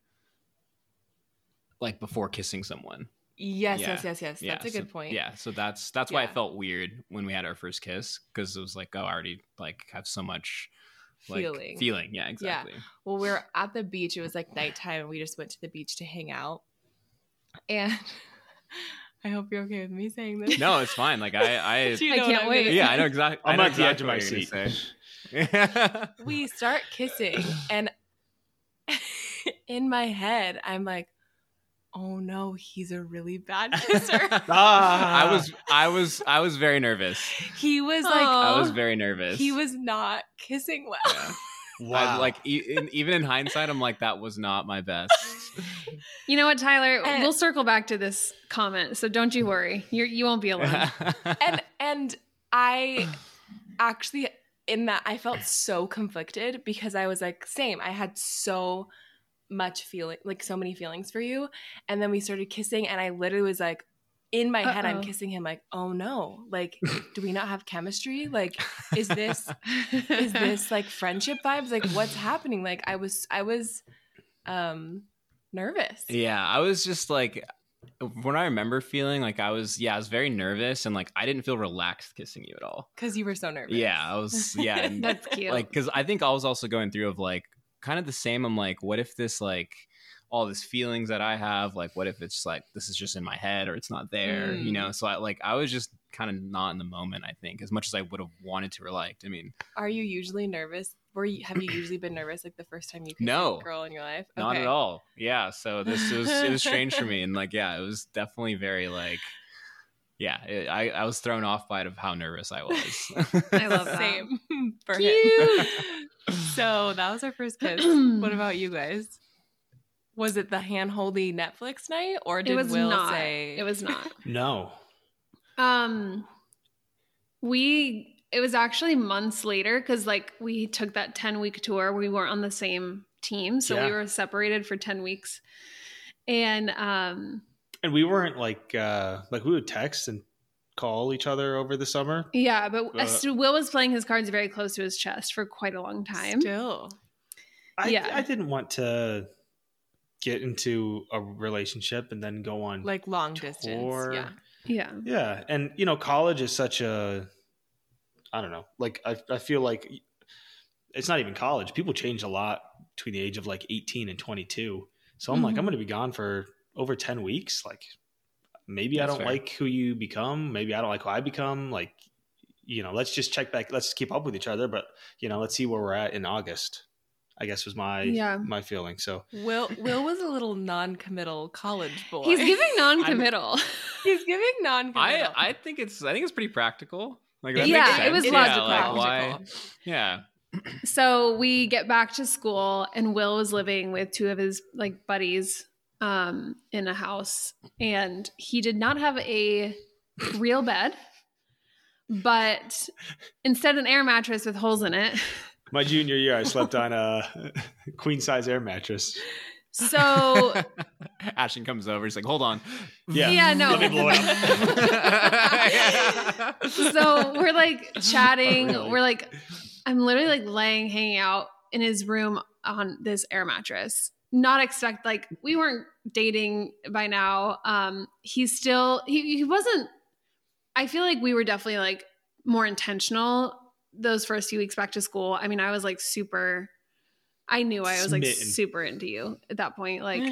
S4: like before kissing someone.
S3: Yes,
S4: Yeah.
S3: yes, yes, yes.
S4: yeah,
S3: That's a
S4: so-
S3: good point.
S4: Yeah, so that's that's why
S3: Yeah.
S4: it felt weird when we had our first kiss because it was like oh I already like have so much like
S3: Feeling.
S4: feeling. Yeah, exactly.
S3: Well, we were at the beach. It was like nighttime, and we just went to the beach to hang out. And I hope you're okay with me saying this.
S4: No, it's fine. Like I I
S3: You
S6: I
S3: know what
S6: can't
S3: I'm
S6: wait.
S3: gonna
S4: yeah I know exactly.
S5: I'm
S4: I know
S5: at the edge of my
S4: exactly
S5: seat.
S4: what you're gonna say.
S3: we start kissing and in my head i'm like oh no he's a really bad kisser
S5: Ah,
S4: I was I was I was very nervous.
S3: he was like
S6: Aw.
S4: I was very nervous.
S3: Oh, he was not kissing well
S4: Yeah. I, like e- in, even in hindsight, I'm like that was not my best.
S6: You know what, Tyler?
S3: And-
S6: we'll circle back to this comment, so don't you worry. You're, you won't be alone.
S3: and and i actually in that i felt so conflicted because i was like same i had so much feeling like so many feelings for you and then we started kissing and i literally was like in my head i'm
S6: Uh-oh.
S3: kissing him like oh no like do we not have chemistry like is this is this like friendship vibes like what's happening like i was i was um nervous
S4: Yeah, I was just like when I remember feeling like I was yeah, I was very nervous and like I didn't feel relaxed kissing you at all.
S3: because you were so nervous
S4: Yeah, I was yeah, and,
S6: That's cute.
S4: like cuz I think I was also going through of like kind of the same I'm like what if this like all these feelings that I have like what if it's like this is just in my head or it's not there,
S3: Mm.
S4: you know? So I like I was just kind of not in the moment, I think, as much as I would have wanted to or liked. I mean,
S3: Are you usually nervous? Were you, have you usually been nervous like the first time you kissed
S4: No.
S3: a girl in your life?
S4: Not at
S3: Okay.
S4: all. Yeah. So this was it was strange for me, and like yeah, it was definitely very like yeah. It, I I was thrown off by it of how nervous I was.
S6: I love that.
S3: Same for
S6: Cute.
S3: him. so that was our first kiss. what about you guys? Was it the hand holdy Netflix night, or did
S6: it was
S3: Will
S6: not.
S3: say
S6: It was not.
S5: no.
S6: Um, we it was actually months later because like we took that ten week tour. We weren't on the same team, so we
S5: Yeah.
S6: were separated for ten weeks, and um,
S5: And we weren't like uh like we would text and call each other over the summer.
S6: yeah. But
S5: Uh,
S6: so Will was playing his cards very close to his chest for quite a long time.
S3: Still,
S5: I
S6: Yeah.
S5: I didn't want to get into a relationship and then go on
S3: like long distance.
S5: tour.
S3: Yeah,
S6: Yeah,
S5: Yeah, and you know, college is such a I don't know. Like I I feel like it's not even college. People change a lot between the age of like 18 and 22. So I'm like
S6: Mhm.
S5: I'm going to be gone for over 10 weeks. Like maybe I
S4: That's
S5: don't
S4: fair.
S5: like who you become. Maybe I don't like who I become. Like you know, let's just check back. Let's keep up with each other, but you know, let's see where we're at in August. I guess was my
S6: Yeah.
S5: my feeling. So
S3: Will Will was a little non-committal college boy.
S6: he's giving non-committal.
S3: he's giving non-committal.
S4: I I think it's I think it's pretty practical. Like
S6: Yeah,
S4: makes
S6: it
S4: sense.
S6: was
S4: Yeah,
S6: logical.
S4: like, why- yeah.
S6: so we get back to school and will was living with two of his like buddies um in a house and he did not have a real bed but instead an air mattress with holes in it
S5: my junior year, I slept on a queen size air mattress.
S6: so
S4: Ashton comes over. He's like, "Hold on."
S5: Yeah.
S6: Yeah, no.
S5: Let me blow it up.
S6: so we're like chatting
S5: Really?
S6: we're like i'm literally like laying hanging out in his room on this air mattress not expect like we weren't dating by now. Um, he's still he, he wasn't. I feel like we were definitely like more intentional those first few weeks back to school. I mean, I was like super. I knew I was like
S5: Smitten.
S6: super into you at that point. Like,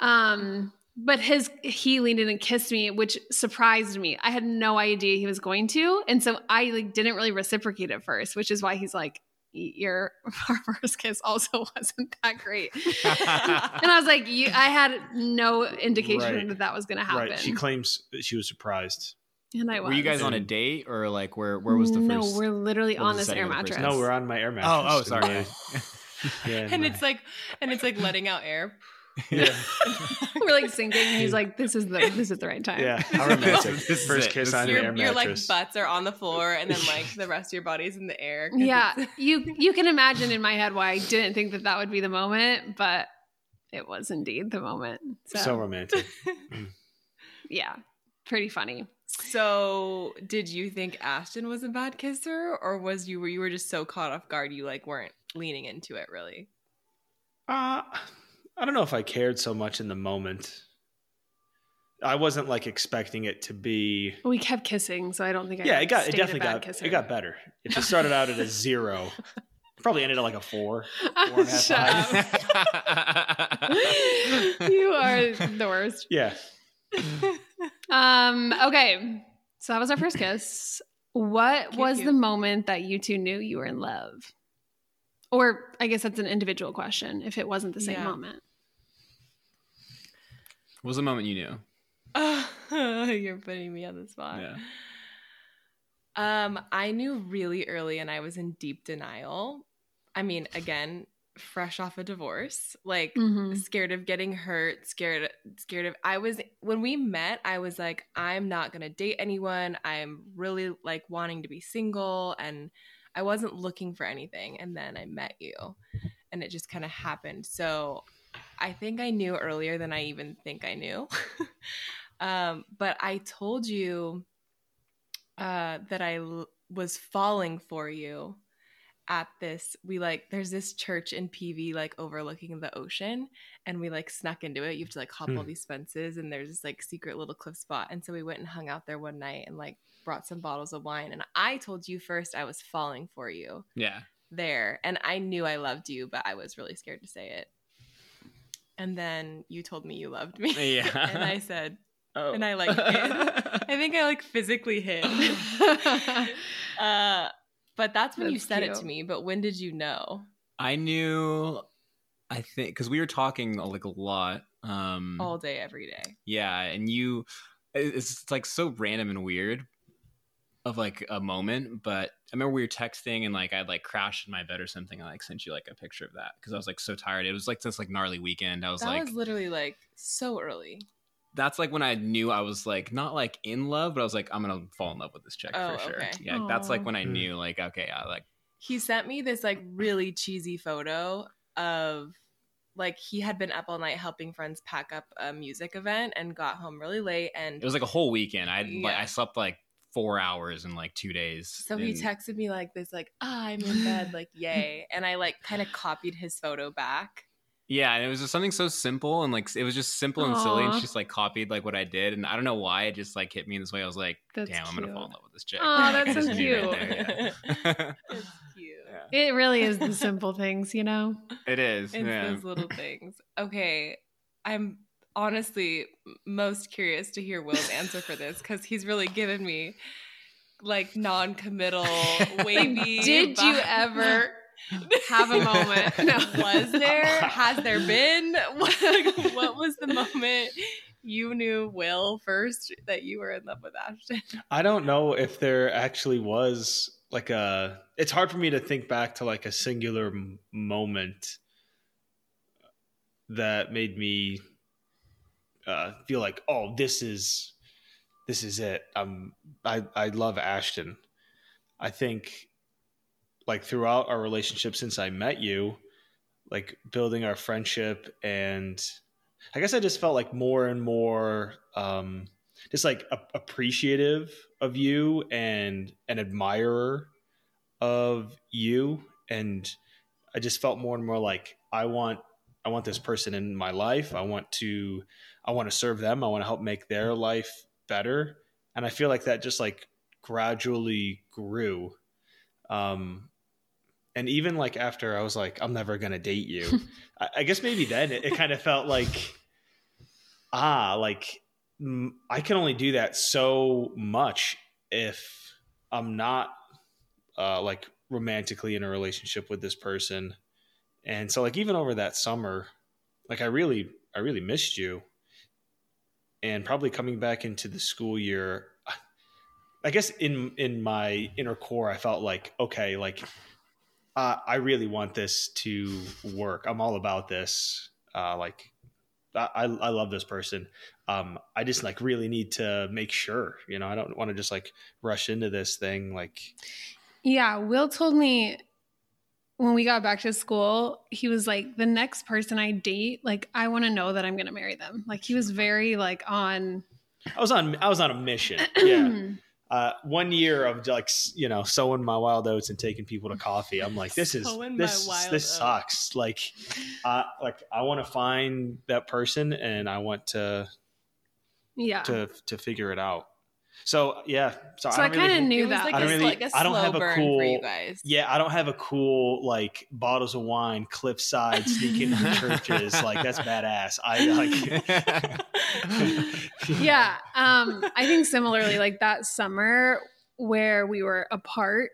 S6: um, but his he leaned in and kissed me, which surprised me. I had no idea he was going to, and so I like didn't really reciprocate at first, which is why he's like, "Y- "Your our first kiss also wasn't that great." and I was like, you, "I had no indication
S5: Right.
S6: that that was going to happen,"
S5: Right. She claims that she was surprised.
S6: and I was.
S4: Were you guys on a date or like where where was the first?
S6: no? We're literally
S4: what
S6: on
S4: was
S6: this
S4: the
S6: air
S4: second or the
S6: mattress.
S4: first
S5: No, we're on my air mattress.
S4: Oh, oh, sorry.
S5: Yeah. Yeah,
S3: and
S5: my-
S3: it's like, and it's like letting out air.
S5: yeah,
S6: We're, like sinking. He's like, "This is the this is the right time."
S5: yeah. How romantic.
S4: This is
S5: First
S4: it.
S5: kiss
S4: This
S5: on
S4: is
S5: an
S4: it.
S5: air
S3: Your, your like
S5: mattress.
S3: butts are on the floor, and then like the rest of your body's in the air. 'cause
S6: yeah
S3: it's-
S6: you you can imagine in my head why i didn't think that that would be the moment but it was indeed the moment so,
S5: so romantic.
S6: yeah pretty funny
S3: So, did you think Ashton was a bad kisser, or was you were you were just so caught off guard you like weren't leaning into it really?
S5: Uh, I don't know if I cared so much in the moment. I wasn't like expecting it to be.
S6: we kept kissing so i don't think I
S5: Yeah, it got. It
S6: stayed a
S5: definitely
S6: bad
S5: got.
S6: kisser.
S5: It got better. If it started out at a zero, it probably ended at like a four.
S6: Oh,
S5: half
S6: shut up. you are the worst
S5: Yeah.
S6: um okay so that was our first kiss what
S3: Cute,
S6: was
S3: cute.
S6: the moment that you two knew you were in love or i guess that's an individual question if it wasn't the same
S3: Yeah.
S6: moment
S4: What was the moment you knew?
S3: You're putting me on the spot.
S4: Yeah.
S3: Um, I knew really early, and I was in deep denial. I mean, again, fresh off a divorce, like
S6: Mhm.
S3: scared of getting hurt scared scared of i was when we met i was like i'm not going to date anyone i'm really like wanting to be single and i wasn't looking for anything and then i met you and it just kind of happened so i think i knew earlier than i even think i knew um, but i told you uh, that I l- was falling for you at this we like there's this church in PV like overlooking the ocean and we like snuck into it you have to like hop all
S5: Hmm.
S3: these fences and there's this like secret little cliff spot and so we went and hung out there one night and like brought some bottles of wine and I told you first I was falling for you
S4: Yeah.
S3: there and I knew I loved you but I was really scared to say it and then you told me you loved me
S4: Yeah.
S3: and I said
S6: Oh.
S3: and I like hid. I think I like physically hid uh, but that's when you
S6: That's
S3: said it
S6: cute.
S3: to me. But when did you know?
S4: I knew. I think because we were talking like a lot. Um,
S3: All day, every day.
S4: Yeah, and you, it- it's like so random and weird, of like a moment. But I remember we were texting and like I would like crashed in my bed or something. I like sent you like a picture of that because I was like so tired. It was like this like gnarly weekend. I was
S3: that
S4: like,
S3: was literally like so early.
S4: that's like when I knew I was like not like in love, but I was like I'm gonna fall in love with this chick
S3: Oh,
S4: for sure.
S3: okay.
S4: Yeah, that's
S6: Aw.
S4: like when I
S5: Mm.
S4: knew like okay, I like
S3: He sent me this like really cheesy photo of like he had been up all night helping friends pack up a music event and got home really late. And
S4: it was like a whole weekend. I like
S3: Yeah.
S4: I slept like four hours in like two days.
S3: so he
S4: and-
S3: texted me like this, like, ah, I'm in bed, like, yay. And I like kind of copied his photo back.
S4: Yeah, and it was just something so simple and like it was just simple and silly, and
S6: Aw.
S4: she just like copied like what I did, and I don't know why it just like hit me in this way. I was like,
S6: That's
S4: damn, I'm gonna fall
S6: cute.
S4: in love with this chick.
S6: Aw,
S4: Like, I
S6: that's so
S4: just knew right
S3: cute.
S4: there, yeah.
S3: It's cute.
S4: Yeah.
S6: It really is the simple things, you know?
S4: It is.
S3: It's
S4: yeah.
S3: those little things. Okay, I'm honestly most curious to hear Will's answer for this because he's really given me like non-committal, wavy.
S6: Did you
S3: vibe.
S6: ever have a moment? No.
S3: Was there? Has there been? What, like, what was the moment you knew Will first that you were in love with Ashton?
S5: I don't know if there actually was like a. It's hard for me to think back to like a singular m- moment that made me uh, feel like, oh, this is this is it. Um, I I love Ashton. I think like throughout our relationship since I met you, like building our friendship and I guess I just felt like more and more um just like a- appreciative of you and an admirer of you and I just felt more and more like I want I want this person in my life. I want to I want to serve them. I want to help make their life better. And I feel like that just like gradually grew. Um and even like after I was like, I'm never gonna date you. I, I guess maybe then it, it kind of felt like ah, like mm, I can only do that so much if I'm not uh, like romantically in a relationship with this person. And so like even over that summer, like I really I really missed you. And probably coming back into the school year, I guess in in my inner core I felt like okay, like uh, I really want this to work. I'm all about this. Uh, like I, I I love this person. Um, I just like really need to make sure, you know, I don't want to just like rush into this thing. Like,
S6: Yeah, Will told me when we got back to school, he was like, the next person I date, like, I want to know that I'm going to marry them. Like, he was very, like, on.
S5: I was on I was on a mission. Yeah. Uh, one year of like s- you know sowing my wild oats and taking people to coffee. I'm like this is
S3: Sowing my
S5: this
S3: wild
S5: this
S3: oats.
S5: sucks. Like, I like I want to find that person and I want to
S3: Ah.
S6: yeah.
S5: to to figure it out. So yeah, so,
S6: so I,
S5: I don't
S6: kind of
S5: really,
S6: knew
S3: it was
S6: that.
S3: like
S5: I
S3: a,
S5: don't really-
S3: like a slow
S5: I don't have a
S3: burn
S5: cool-
S3: for you guys.
S5: yeah I don't have a cool like bottles of wine cliffside sneaking into churches like that's badass. I like
S6: yeah um i think similarly like that summer where we were apart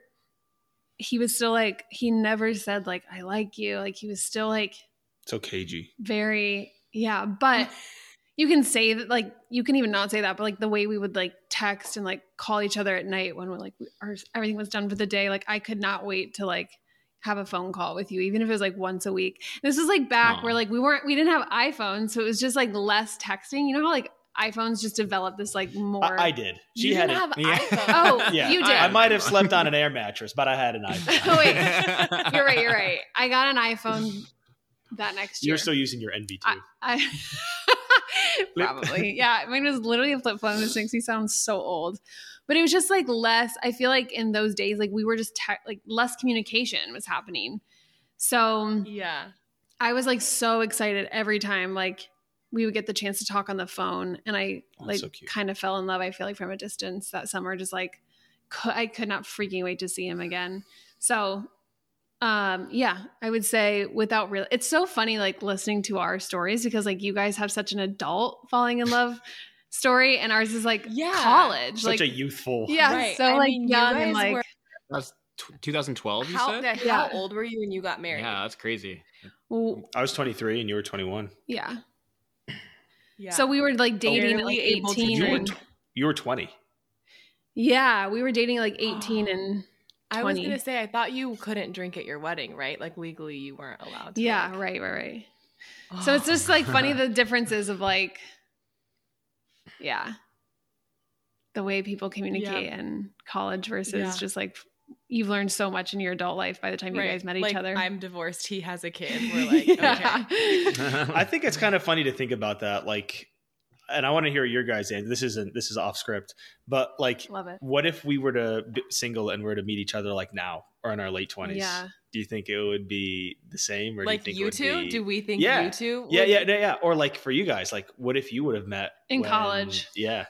S6: he was still like he never said like i like you like he was still like
S5: so cagey.
S6: very yeah but you can say that like you can even not say that but like the way we would like text and like call each other at night when we're like we, our, everything was done for the day like i could not wait to like have a phone call with you even if it was like once a week this was like back
S4: Aw.
S6: where like we weren't we didn't have iphones so it was just like less texting you know how like iphones just developed this like more
S5: I, I did. She
S3: you
S5: had
S3: didn't have
S5: it.
S4: Yeah.
S3: iPhone.
S6: oh
S5: yeah,
S6: you
S5: I-
S6: did
S5: I, might have slept on an air mattress, but I had an iPhone.
S6: oh wait you're right you're right i got an iphone that next year
S5: You're still using your NV2.
S6: I probably yeah. Mine was literally a flip phone. This makes me sound so old, but it was just like less. I feel like in those days, like we were just te- like less communication was happening. So
S3: yeah.
S6: I was like so excited every time like we would get the chance to talk on the phone, and I
S5: Oh,
S6: like
S5: so cute.
S6: kind of fell in love. I feel like from a distance that summer, just like cou- I could not freaking wait to see him again. So. Um, yeah, I would say without real, it's so funny like listening to our stories because like you guys have such an adult falling in love story, and ours is like
S3: Yeah.
S6: college,
S5: Such
S6: like
S5: a youthful.
S6: yeah,
S3: Right.
S6: so
S3: I
S6: like
S3: mean, you
S6: young
S3: guys
S6: and like
S3: were-
S4: That's t- 2012. You
S3: How,
S4: said?
S3: yeah,
S6: Yeah.
S3: how old were you when you got married?
S4: Yeah, that's crazy.
S6: w-
S5: I was 23 and you were 21.
S6: yeah.
S3: Yeah.
S6: So we were like dating at
S3: Barely
S6: like
S3: able to
S6: eighteen.
S5: You were,
S6: and-
S5: tw- you were 20.
S6: Yeah, we were dating at like 18 and
S3: I was
S6: 20.
S3: gonna say I thought you couldn't drink at your wedding, right? Like legally you weren't allowed to.
S6: yeah,
S3: like-
S6: right, right, right. So it's just like funny the differences of like yeah. The way people communicate in college versus
S3: Yeah.
S6: just like you've learned so much in your adult life by the time you
S3: Right.
S6: guys met each
S3: Like,
S6: other.
S3: I'm divorced. He has a kid. We're like,
S6: Yeah.
S3: okay.
S5: I think it's kind of funny to think about that. Like, and I want to hear your guys' answer. This isn't, this is off script, but like,
S6: Love it.
S5: what if we were to be single and were to meet each other like now or in our late 20s?
S6: Yeah.
S5: Do you think it would be the same? Or
S3: Like
S5: do you think
S3: you
S5: it
S3: two?
S5: would be-
S3: Do we think
S5: Yeah.
S3: you two?
S5: yeah,
S3: would-
S5: yeah, no, yeah. Or like for you guys, like what if you would have met
S6: In
S5: when-
S6: college.
S5: Yeah.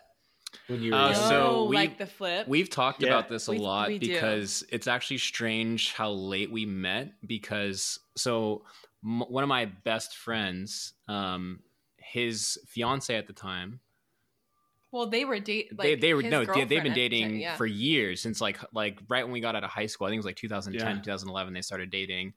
S5: When you were
S4: Uh,
S5: younger.
S3: Oh,
S4: so we-
S3: like the flip.
S4: We've talked
S5: Yeah.
S4: about this a
S3: We-
S4: lot
S3: we do.
S4: because it's actually strange how late we met. Because so m- one of my best friends, um, his fiance at the time,
S3: well, they were date. Like,
S4: they they were
S3: his
S4: no, they, they've
S3: girlfriend
S4: been
S3: at the
S4: dating
S3: time, yeah.
S4: for years since like like right when we got out of high school. I think it was like 2010,
S5: Yeah.
S4: 2011. They started dating,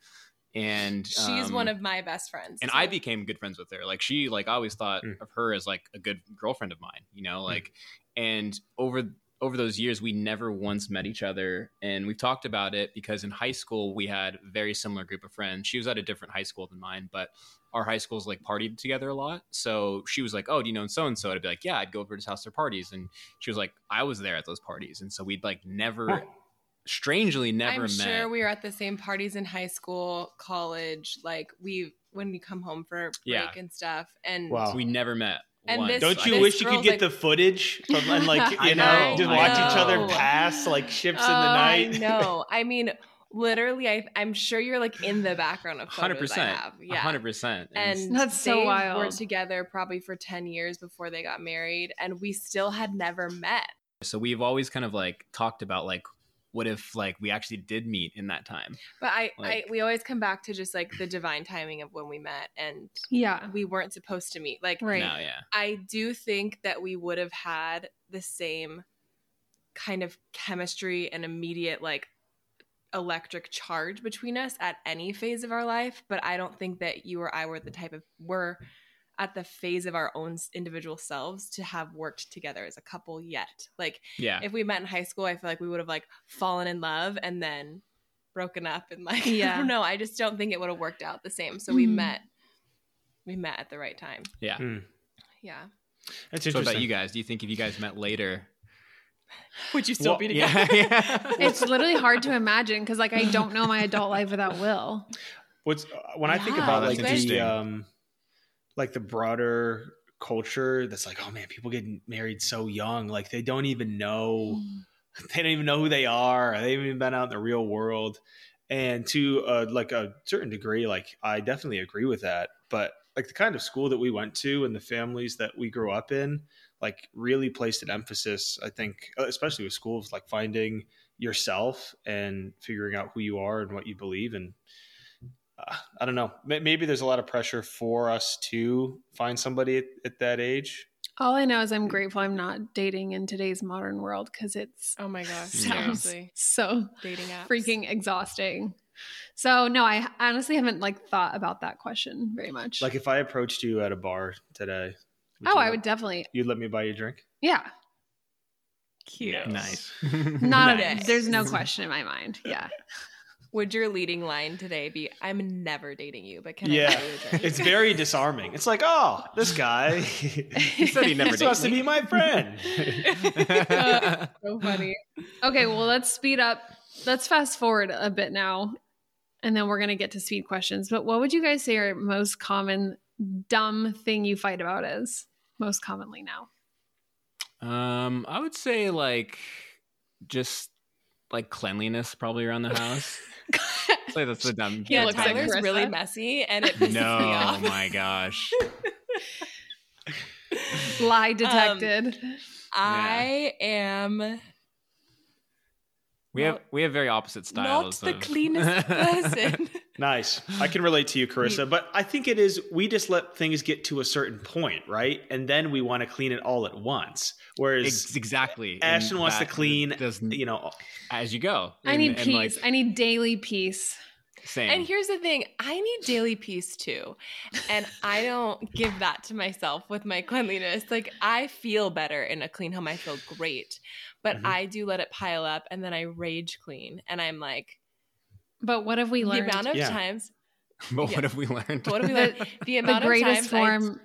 S4: and
S3: She's
S4: um,
S3: one of my best friends.
S4: and
S3: so-
S4: I became good friends with her. Like she, like I always thought
S5: Mm.
S4: of her as like a good girlfriend of mine, you
S5: Hmm.
S4: know. Like, and over over those years, we never once met each other, and we've talked about it because in high school we had a very similar group of friends. She was at a different high school than mine, but our high schools like partied together a lot. So she was like, "Oh, do you know so and so?" I'd be like, "Yeah." I'd go over to his house for parties, and she was like, "I was there at those parties," and so we'd like never.
S5: Huh.
S4: Strangely, never
S3: I'm
S4: met.
S3: sure we were at the same parties in high school, college. Like we when we come home for break
S4: Yeah.
S3: and stuff. And
S5: Wow.
S4: we never met.
S3: And
S4: once.
S3: this-
S5: Don't you
S3: this
S5: wish you could
S3: girl's
S5: get
S3: like-
S5: the footage from and like
S4: I
S5: you know,
S4: know,
S5: just
S4: I
S5: watch each
S4: know.
S5: other pass like ships
S3: Oh,
S5: in the night?
S3: I know. I mean, literally, I, I'm sure you're like in the background of
S4: hundred
S3: photos I
S4: percent,
S3: have. Yeah.
S4: hundred percent.
S3: And
S6: That's so
S3: they were
S6: wild.
S3: together probably for 10 years before they got married, and we still had never met.
S4: so we've always kind of like talked about like, what if like we actually did meet in that time?
S3: But I,
S4: Like-
S3: I we always come back to just like the divine timing of when we met, and
S6: Yeah.
S3: we weren't supposed to meet. Like,
S6: Right.
S4: No, yeah,
S3: I do think that we would have had the same kind of chemistry and immediate like electric charge between us at any phase of our life, but I don't think that you or I were the type of were at the phase of our own s- individual selves to have worked together as a couple yet. Like
S4: yeah.
S3: if we met in high school, I feel like we would have like fallen in love and then broken up and like I
S6: Yeah.
S3: don't know, I just don't think it would have worked out the same. So we
S6: Mhm.
S3: met we met at the right time.
S4: Yeah.
S5: Hmm.
S3: Yeah.
S5: That's
S4: so what
S5: interesting.
S4: about you guys? Do you think if you guys met later,
S3: Would you
S5: Well,
S4: yeah, yeah.
S6: It's literally hard to imagine because like I don't know my adult life without Will.
S5: What's uh, when I think
S3: Yeah,
S5: about
S3: that's
S5: like the
S4: interesting.
S5: um, like the broader culture that's like, oh man, people get married so young, like they don't even know, they don't even know who they are. They haven't even been out in the real world. And to uh, like a certain degree, like I definitely agree with that. But like the kind of school that we went to and the families that we grew up in, like really placed an emphasis, I think, uh, especially with schools, like finding yourself and figuring out who you are and what you believe and uh, I don't know. May- Maybe there's a lot of pressure for us to find somebody at, at that age.
S6: All I know is I'm grateful I'm not dating in today's modern world because it's
S3: Oh my gosh,
S6: sounds
S3: seriously.
S6: so
S3: Dating apps.
S6: freaking exhausting. So no, I honestly haven't like thought about that question very much.
S5: Like if I approached you at a bar today, would
S6: oh,
S5: you
S6: I
S5: let-
S6: would definitely.
S5: You'd let me buy you a drink?
S6: Yeah,
S3: cute.
S4: nice.
S6: not
S3: Nice.
S6: a, there's no question in my mind. Yeah,
S3: Would your leading line today be I'm never dating you, but can I
S5: Yeah.
S3: buy you a drink?"
S5: It's very disarming. It's like, oh, this guy
S4: He said he never
S5: he's supposed to
S4: did.
S5: be my friend.
S6: so funny. Okay, well let's speed up. Let's fast forward a bit now, and then we're gonna get to speed questions. But what would you guys say your most common dumb thing you fight about is most commonly now?
S4: Um, I would say like just like cleanliness probably around the house. I'd say that's the dumb.
S6: Yeah,
S3: yeah,
S4: the
S6: looks like
S3: Tyler's
S4: dumbest.
S6: Carissa.
S3: really messy and it pisses me
S4: No, oh
S3: off.
S4: my gosh.
S6: Lie
S3: um,
S6: detected.
S3: I am
S4: We have we have very opposite styles.
S3: not the
S4: of-
S3: cleanest person.
S5: nice. I can relate to you, Carissa. But I think it is we just let things get to a certain point, right? And then we want to clean it all at once. Whereas
S4: Ex- exactly. And
S5: Ashton wants to
S4: that
S5: clean,
S4: does-
S5: you know,
S4: as you go.
S6: I
S4: And-
S6: need
S4: and, like,
S6: peace. I need daily peace.
S4: same.
S3: and here's the thing, I need daily peace too. And I don't give that to myself with my cleanliness. Like I feel better in a clean home. I feel great. But
S4: Mm-hmm.
S5: Mhm.
S3: I do let it pile up and then I rage clean and I'm like
S6: But what have we
S3: the
S6: learned?
S3: amount of
S5: Yeah.
S3: times
S4: but
S3: yeah.
S4: what have we learned?
S3: what do we
S6: The-
S3: learn? The
S6: the
S3: amount
S6: greatest
S3: of times I-
S6: form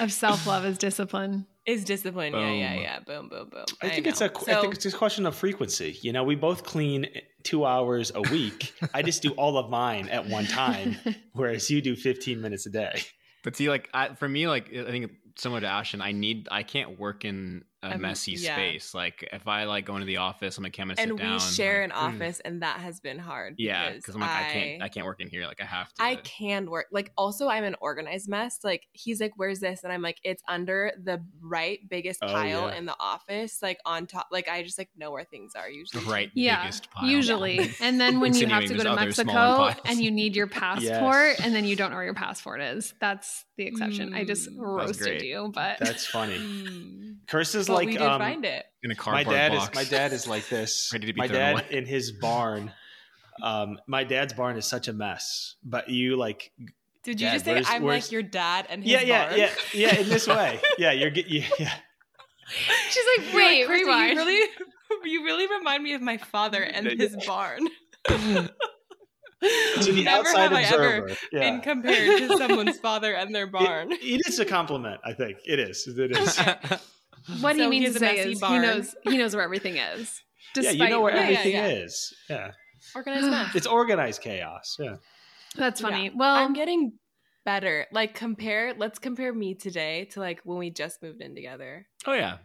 S6: of self love is discipline.
S3: is discipline. Yeah, yeah,
S4: Boom.
S3: yeah. Boom, boom, boom.
S5: I think it's
S3: know.
S5: a I think
S3: So-
S5: it's a question of frequency. You know, we both clean two hours a week. I just do all of mine at one time, whereas you do fifteen minutes a day.
S4: But see, like I, for me, like I think similar to Ashton, I need I can't work in a
S3: Um,
S4: messy
S3: yeah.
S4: space. Like if I like go into the office, I'm like, okay, I'm gonna sit
S3: and
S4: down.
S3: we share
S4: like, mm.
S3: an office, and that has been hard.
S4: yeah, because I'm like I, can't I can't work in here. Like I have to.
S3: I can work. Like, also, I'm an organized mess. Like, he's like, "Where's this?" And I'm like, "It's under the right biggest
S5: Oh,
S3: pile
S5: yeah.
S3: in the office, like on top." Like, I just like know where things are
S4: the
S3: usually.
S4: right
S6: Yeah,
S4: biggest pile.
S6: Usually. And then when you have
S4: Insinuating
S6: to go to
S4: there's other smaller
S6: Mexico
S4: piles.
S6: and you need your passport and then you don't know where your passport is. That's the exception. I just
S3: Mm,
S4: that's
S6: roasted
S4: great.
S6: you, but
S5: That's funny.
S3: Mm.
S5: Curse is
S3: But
S5: like
S3: we did
S5: um,
S3: find it.
S4: in a
S5: my
S4: cardboard
S5: dad
S4: box.
S5: is my dad is like this.
S4: Ready to be
S5: my
S4: thrown
S5: dad
S4: away.
S5: in his barn. Um, my dad's barn is such a mess, but you like
S3: Did you
S5: Dad,
S3: just say
S5: where's-
S3: I'm
S5: where's-
S3: like your dad and his
S5: yeah yeah
S3: barn?
S5: yeah yeah in this way yeah you're get yeah, yeah
S6: she's like,
S3: You're like,
S6: wait,
S3: "Krista,
S6: rewind.
S3: You really, you really remind me of my father and his barn.
S5: to the
S3: Never have
S5: outside
S3: I ever
S5: observer yeah.
S3: been compared to someone's father and their
S5: It-
S3: barn.
S5: it is a compliment. I think it is. It is.
S6: what he
S3: So he
S6: means
S3: has
S6: to
S3: a
S6: say
S3: messy
S6: is he
S3: barn.
S6: knows he knows where everything is.
S5: yeah,
S6: Despite
S5: you know where
S3: Yeah, yeah,
S5: everything
S3: yeah.
S5: is. Yeah.
S3: Organized mess.
S5: It's organized chaos. Yeah.
S6: That's funny.
S3: Yeah.
S6: Well,
S3: I'm getting better. Like compare, let's compare me today to like when we just moved in together.
S4: oh yeah,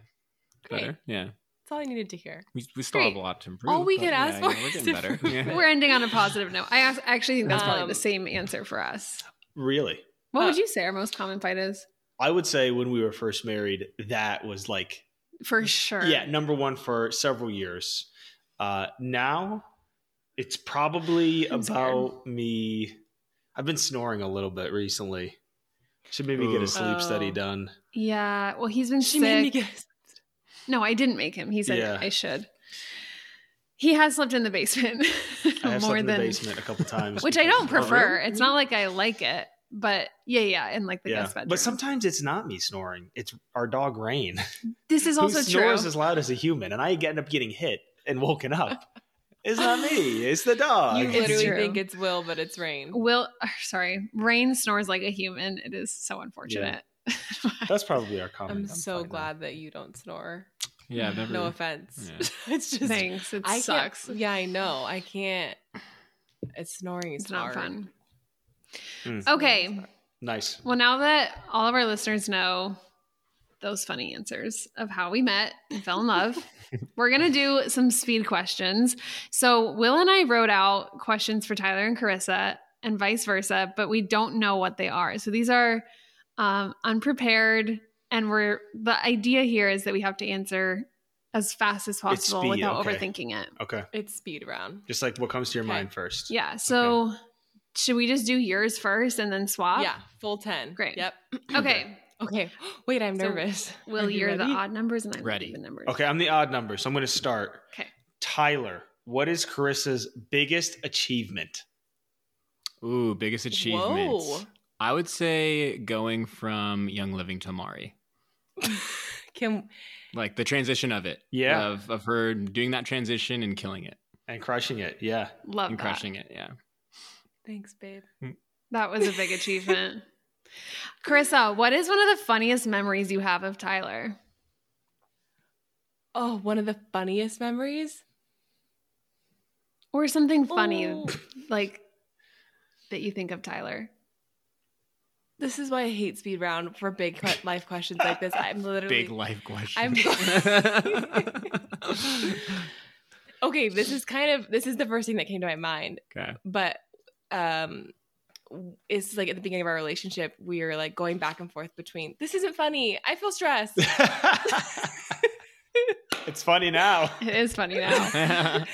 S3: Great.
S4: better. Yeah,
S3: That's all I needed to hear.
S4: We, we still have a
S6: Great.
S4: lot to improve.
S3: All we
S4: but,
S3: could
S4: yeah,
S3: ask
S4: you
S3: for
S4: know, we're
S3: is
S4: getting better.
S3: improvement.
S6: We're ending on a positive note. I ac- actually think that's probably
S3: Um,
S6: the same answer for us.
S5: Really?
S6: What would
S3: uh,
S6: you say our most common fight is?
S5: I would say when we were first married, that was like
S6: For sure.
S5: yeah, number one for several years. Uh, now it's probably
S6: That's
S5: about me. I've been snoring a little bit recently. Should maybe get
S4: Ooh.
S5: a sleep study
S3: Oh.
S5: done.
S6: Yeah. Well, he's been
S3: She
S6: sick.
S3: made me guess.
S6: No, I didn't make him. He said
S5: Yeah.
S6: I should. He has slept in the basement
S5: I have
S6: Oh, more
S5: slept in
S6: than
S5: the basement Oh, a couple times,
S6: which I
S5: because-
S6: don't prefer. It's not like I like it, but yeah, yeah, in like the
S5: yeah,
S6: guest bedroom.
S5: but sometimes it's not me snoring; it's our dog Rain,
S6: this is
S5: who
S6: also true.
S5: snores as loud as a human, and I end up getting hit and woken up. It's not me; it's the dog.
S3: You
S6: It's
S3: literally
S6: true. Oh,
S3: think it's Will, but it's Rain.
S6: Will, sorry, Rain snores like a human. It is so unfortunate.
S5: That's probably our common.
S3: I'm so
S5: fine, though.
S3: glad that you don't snore.
S4: yeah, I've never.
S3: No offense. it's just
S6: Thanks. It
S3: I
S6: sucks.
S3: Can't, yeah, I know. I can't. It's snoring. is
S6: It's not
S3: hard.
S6: fun.
S5: Mm.
S3: Snoring
S6: Okay.
S3: is hard.
S5: Nice.
S6: Well, now that all of our listeners know those funny answers of how we met and fell in love, we're going to do some speed questions. So, Will and I wrote out questions for Tyler and Carissa and vice versa, but we don't know what they are. So, these are um, unprepared. And we're the idea here is that we have to answer as fast as possible
S5: speed,
S6: without
S5: okay.
S6: overthinking it.
S5: Okay,
S3: It's speed round.
S5: just like what comes to your
S3: Okay.
S5: mind first.
S6: Yeah. So, should we just do yours first and then swap?
S3: Yeah, full ten.
S6: Great.
S3: Yep.
S6: Okay.
S3: Okay. Wait, I'm
S6: So,
S3: nervous.
S6: Will,
S3: Are you
S6: you are the
S3: ready?
S6: odd numbers and I'm
S4: Ready.
S6: the numbers.
S5: Okay, I'm the odd number, so I'm going to start.
S6: Okay.
S5: Tyler, what is Carissa's biggest achievement?
S4: Ooh, biggest achievement.
S3: Whoa.
S4: I would say going from Young Living to Mari,
S3: Can
S4: like the transition of it.
S5: Yeah.
S4: Of, of her doing that transition and killing it
S5: And crushing it. Yeah.
S6: Love
S4: and
S6: that.
S4: crushing it. Yeah.
S3: thanks, babe.
S6: That was a big achievement. Carissa, what is one of the funniest memories you have of Tyler?
S3: Oh, one of the funniest memories.
S6: Or something funny
S3: Ooh.
S6: like that you think of Tyler?
S3: This is why I hate speed round for big que- life questions like this. I'm literally
S4: Big life question.
S3: I'm- okay. This is kind of this is the first thing that came to my mind.
S4: okay.
S3: but um it's like at the beginning of our relationship we were like going back and forth between this isn't funny i feel stressed
S5: it's funny now.
S6: It is funny now.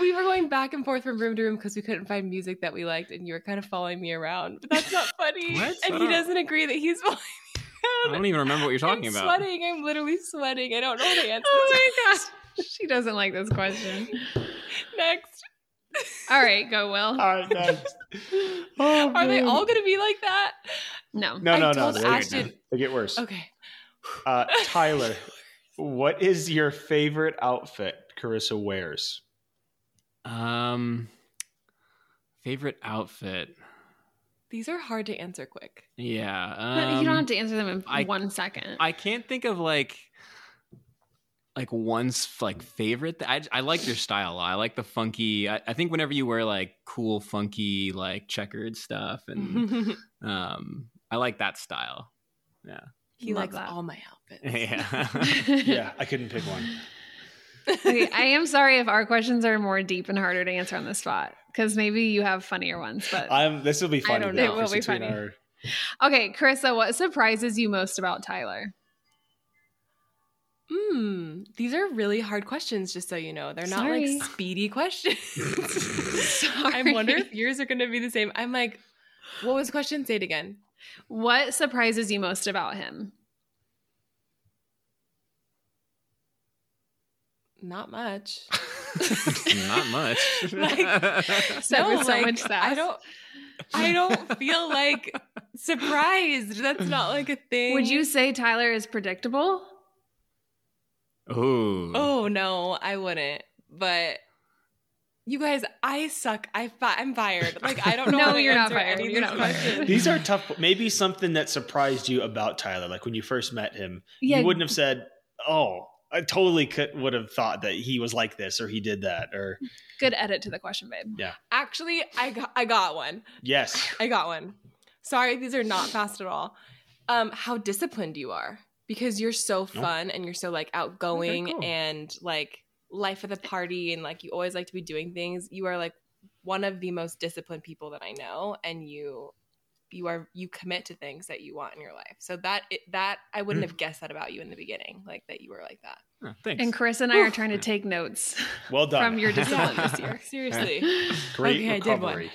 S3: we were going back and forth from room to room because we couldn't find music that we liked and you were kind of following me around but that's not funny
S4: What?
S3: and
S4: I
S3: he
S4: don't-
S3: doesn't agree that he's following
S4: I
S3: me around
S4: don't even remember what you're talking
S3: I'm
S4: about.
S3: sweating i'm literally sweating i don't know the answer
S6: oh my gosh. She doesn't like this question.
S3: next
S6: All right, go Will.
S5: All right, next. Oh,
S3: are they
S5: man.
S3: all gonna be like that
S6: No.
S5: No,
S3: I
S5: no, no.
S3: told
S5: They
S3: Ashton- Oh,
S5: get, they get worse.
S3: okay
S5: Uh, Tyler, what is your favorite outfit Carissa wears?
S4: Um, favorite outfit.
S3: these are hard to answer quick
S4: Yeah.
S6: But
S4: Um,
S6: you don't have to answer them in
S4: I-
S6: one second.
S4: I can't think of like like one's like favorite. I I like your style. a lot. I like the funky. I, I think whenever you wear like cool, funky, like checkered stuff, and
S6: Mm-hmm.
S4: um, I like that style.
S3: he
S6: Love
S3: likes
S6: that.
S3: all my outfits
S4: Yeah.
S5: Yeah, I couldn't pick one.
S6: okay, I am sorry if our questions are more deep and harder to answer on the spot because maybe you have funnier ones.
S4: Uh,
S6: But
S5: I'm. This will be funny.
S6: don't
S5: though,
S6: know. It will
S5: for
S6: be
S5: 16
S6: funny.
S5: hour-
S6: okay, Carissa, what surprises you most about Tyler?
S3: Mm, these are really hard questions, just so you know. They're not
S6: Sorry.
S3: like speedy questions.
S6: Sorry.
S3: I wonder if yours are going to be the same. I'm like, what was the question? Say it again.
S6: What surprises you most about him?
S3: Not much.
S4: Not much.
S3: Like-
S6: Said with so
S3: like,
S6: much sass.
S3: I don't. I don't feel like surprised. That's not like a thing.
S4: Mm.
S6: Would you say Tyler is predictable? Mm.
S4: Ooh.
S3: Oh no, I wouldn't. But you guys, I suck. I fi- I'm fired. Like I don't know.
S6: No,
S3: how to
S6: you're not
S3: answer
S6: fired.
S3: any of
S6: You're
S3: these
S6: not fired.
S3: questions.
S5: These are tough. Maybe something that surprised you about Tyler, like when you first met him. you wouldn't have said, "Oh, I totally could would have thought that he was like this or he did that or
S6: Good edit to the question, babe.
S3: Actually, I got, I got one.
S5: yes."
S3: I got one. Sorry, these are not fast at all. Um, how disciplined you are. because you're so fun and you're so like outgoing
S5: cool.
S3: and like life of the party and like you always like to be doing things. You are like one of the most disciplined people that I know, and you you are you commit to things that you want in your life. So that it, that I wouldn't have guessed that about you in the beginning, like that you were like that.
S4: Oh, thanks.
S6: And Chris and I are trying to take notes
S5: Well done.
S6: from your discipline this year.
S3: Seriously.
S5: Great
S3: Okay, I did one.
S5: recovery.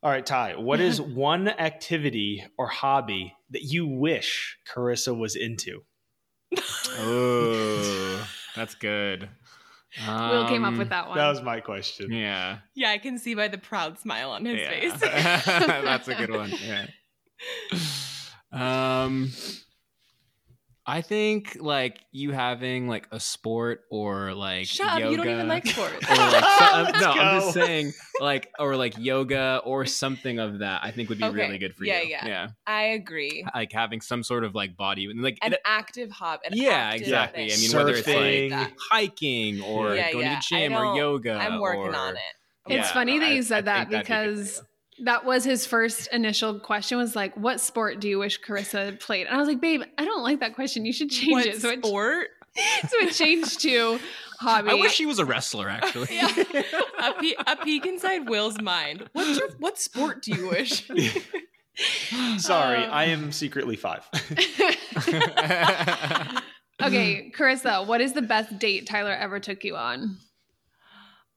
S5: All right, Ty, what is one activity or hobby that you wish Carissa was into?
S4: oh, that's good.
S6: Will came up
S4: Um,
S6: with that one.
S5: That was my question.
S4: Yeah.
S3: Yeah, I can see by the proud smile on his
S4: Yeah.
S3: face.
S4: That's a good one. Yeah. Um I think like you having like a sport or like
S3: Shut up,
S4: yoga
S3: you don't even like sports.
S4: or like so- uh,
S5: Let's
S4: no, I'm just
S5: go.
S4: saying like or like yoga or something of that I think would be
S3: Okay.
S4: really good for
S3: Yeah,
S4: you.
S3: yeah. I agree.
S4: Like having some sort of like body and like
S3: An
S4: it-
S3: active hob. An
S4: yeah,
S3: active
S4: exactly. I
S3: thing.
S4: mean, whether it's like
S5: Surfing.
S4: hiking or
S3: Yeah,
S4: going
S3: yeah.
S4: to the gym
S3: I
S4: or
S3: don't-
S4: yoga.
S3: I'm working
S4: or-
S3: on it.
S6: It's
S4: Yeah,
S6: funny that
S4: I-
S6: you
S4: I
S6: said that
S4: think that'd be good for
S6: because that was his first initial question was like, what sport do you wish Carissa played? And I was like, babe, I don't like that question. You should change it. So it,
S3: sport?
S6: so it changed to hobby.
S4: I wish she was a wrestler, actually.
S3: yeah. a, pe- a peek inside Will's mind. What's your, what sport do you wish?
S5: Sorry,
S6: Um.
S5: I am secretly five.
S6: okay, Carissa, what is the best date Tyler ever took you on?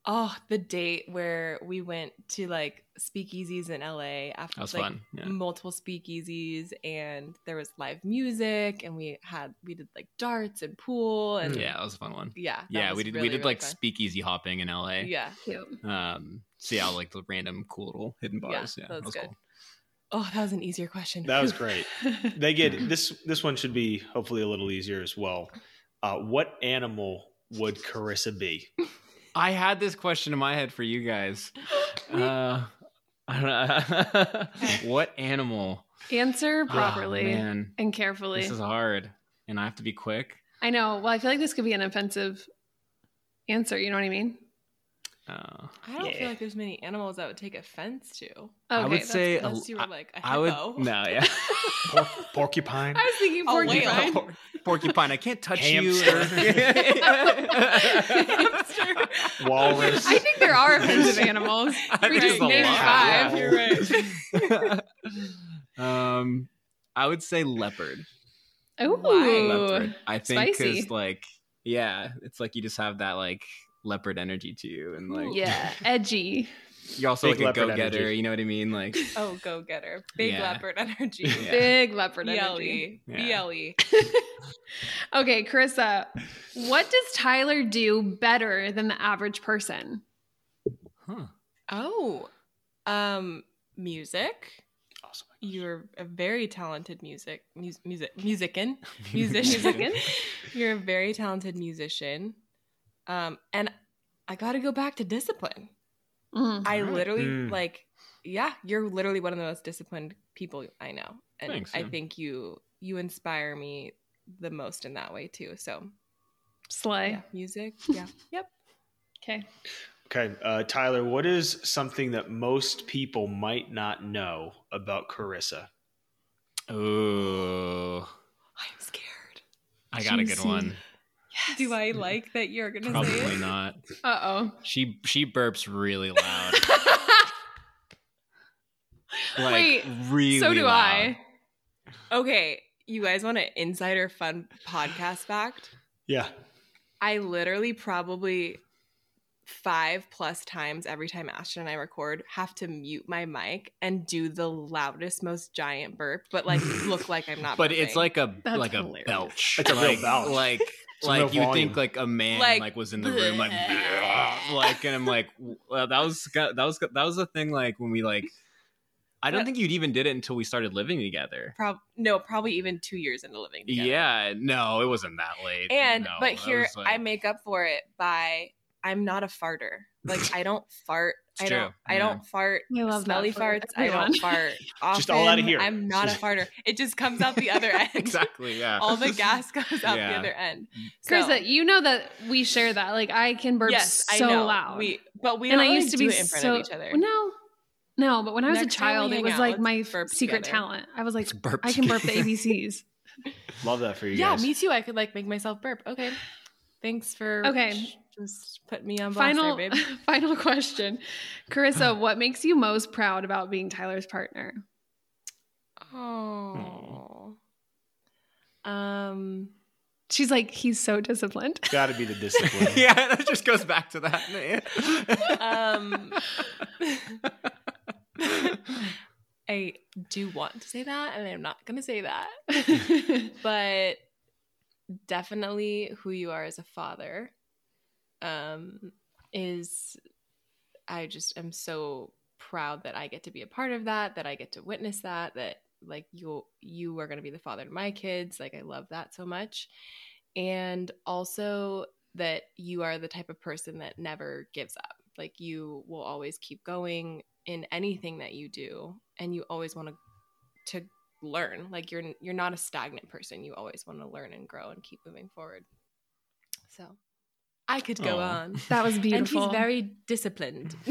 S3: oh, the date where we went to like speakeasies in LA after
S4: That was
S3: like
S4: fun. Yeah.
S3: multiple speakeasies and there was live music and we had we did like darts and pool and
S4: Mm, yeah, that was a fun one.
S3: yeah Mm-hmm. that
S4: Yeah,
S3: was
S4: we did
S3: really,
S4: we did
S3: really
S4: like
S3: fun.
S4: speakeasy hopping in LA.
S3: yeah
S6: Cute.
S4: Um so yeah, like the random cool little hidden
S3: Yeah,
S4: bars. Yeah,
S3: that was good. oh that was an easier question
S5: That was great. They get this. This one should be hopefully a little easier as well. Uh, what animal would Carissa be?
S4: I had this question in my head for you guys. Uh, I don't know. what animal?
S6: Answer
S4: Ah,
S6: properly
S4: man,
S6: and carefully.
S4: this is hard. And I have to be quick.
S6: I know. Well, I feel like this could be an offensive answer. You know what I mean?
S4: Uh,
S3: I don't
S5: Yeah.
S3: feel like there's many animals I would take offense to
S4: I would
S6: that's-
S4: say a-
S3: unless you were
S4: I-
S3: like a
S4: I would
S3: hippo.
S4: no, yeah.
S5: Por- porcupine.
S6: I was thinking
S3: A whale.
S6: porcupine.
S4: Por- porcupine. I can't touch
S3: Hamster.
S4: you. or-
S5: Walrus.
S6: I think there are offensive animals.
S4: I
S6: We
S4: think
S6: just
S4: there's a
S6: named
S4: lot.
S6: five.
S5: Yeah.
S3: You're right.
S4: um, I would say leopard.
S6: Ooh.
S4: Leopard. I think
S6: spicy.
S4: because like yeah, it's like you just have that like leopard energy to you, and like
S6: Yeah. Edgy.
S4: you're also
S5: Big
S4: like a go
S5: leopard
S4: getter.
S5: energy.
S4: You know what I mean? Like
S3: Oh, go getter. Big
S4: Yeah.
S3: leopard energy. E.
S4: Yeah.
S6: Big leopard energy.
S3: BLE.
S4: Yeah.
S3: BLE.
S6: Okay, Carissa, what does Tyler do better than the average person?
S4: huh.
S3: Oh, um, music.
S5: Awesome.
S3: You're a very talented music, mus- music, musician,
S6: Musician.
S3: musician. You're a very talented musician. Um, and I got to go back to discipline.
S6: Mm.
S3: I
S4: Alright. Hmm.
S3: literally
S5: Mm.
S3: like, yeah, you're literally one of the most disciplined people I know, and
S4: Thanks,
S3: I
S4: yeah.
S3: think you you inspire me the most in that way too. So,
S6: Slay.
S3: yeah, music, yeah, yep.
S6: Okay.
S5: Okay, uh, Tyler. What is something that most people might not know about Carissa?
S4: Ooh,
S3: I'm scared.
S4: I got a good
S6: Juicy.
S4: one.
S3: Yes. Do I like that you're gonna say
S4: Probably
S3: it?
S4: not.
S6: Uh
S4: She she burps really loud.
S6: oh.
S4: Like,
S6: Wait,
S4: really
S6: so do
S4: loud.
S6: I.
S3: Okay, you guys want an insider fun podcast fact?
S5: Yeah.
S3: I literally probably five plus times every time Ashton and I record have to mute my mic and do the loudest, most giant burp, but like look like I'm not.
S4: But it's
S3: burping.
S4: like a
S6: That's
S4: like
S6: hilarious.
S4: a belch.
S5: It's a real
S4: like,
S5: belch.
S4: Like
S5: It's
S4: like
S5: real
S4: you would
S5: volume.
S4: think like a man
S3: Like,
S4: like, was in the room like
S3: bleh.
S4: like and I'm like well, that was that was that was a thing like when we like I don't
S3: Yeah.
S4: think you'd even did it until we started living together.
S3: Prob- no, probably even two years into living together.
S4: Yeah, no, it wasn't that late.
S3: And
S4: No,
S3: but
S4: that
S3: here
S4: was, like-
S3: I make up for it by I'm not a farter. Like I don't fart.
S4: It's
S3: I
S4: true,
S3: don't I
S4: yeah.
S3: don't fart.
S6: We love that
S3: Smelly
S6: for
S3: farts. I
S6: everyone.
S3: don't fart. Often,
S5: Just all outta here.
S3: I'm not a farter. It just comes out the other end.
S4: exactly yeah
S3: All the gas comes out the
S4: Yeah.
S3: other end.
S5: Mm.
S3: So-
S6: Carissa, you know that we share that. Like I can burp so loud.
S3: We, but we
S6: and
S3: don't
S6: I used to
S3: do
S6: be
S3: it in front
S6: so,
S3: of each other.
S6: No, no. But when I was
S3: Next
S6: a
S3: time we
S6: child, it
S3: hang
S6: was
S3: out,
S6: like
S3: let's
S6: my
S3: burp
S6: secret
S3: together.
S6: talent. I was like,
S4: Let's burp
S6: I can burp the
S4: together.
S6: ABCs.
S5: Love that for you
S3: yeah,
S5: guys.
S3: me too. I could like make myself burp. Okay. Thanks for
S6: Okay.
S3: sh- Just put me on blast
S6: Final,
S3: there, babe.
S6: final question, Carissa. What makes you most proud about being Tyler's partner?
S3: Oh.
S5: Hmm.
S3: Um.
S6: She's like, he's so disciplined.
S5: Got to be the discipline.
S4: yeah, that just goes back to that.
S3: Um. I do want to say that, and I'm not gonna say that. but definitely who you are as a father um is i just am so proud that i get to be a part of that that i get to witness that that like you you are going to be the father to my kids like i love that so much and also that you are the type of person that never gives up like you will always keep going in anything that you do and you always want to to learn like you're you're not a stagnant person you always want to learn and grow and keep moving forward so i could go
S4: Aw.
S3: on
S6: That was
S3: and
S6: beautiful.
S3: he's very disciplined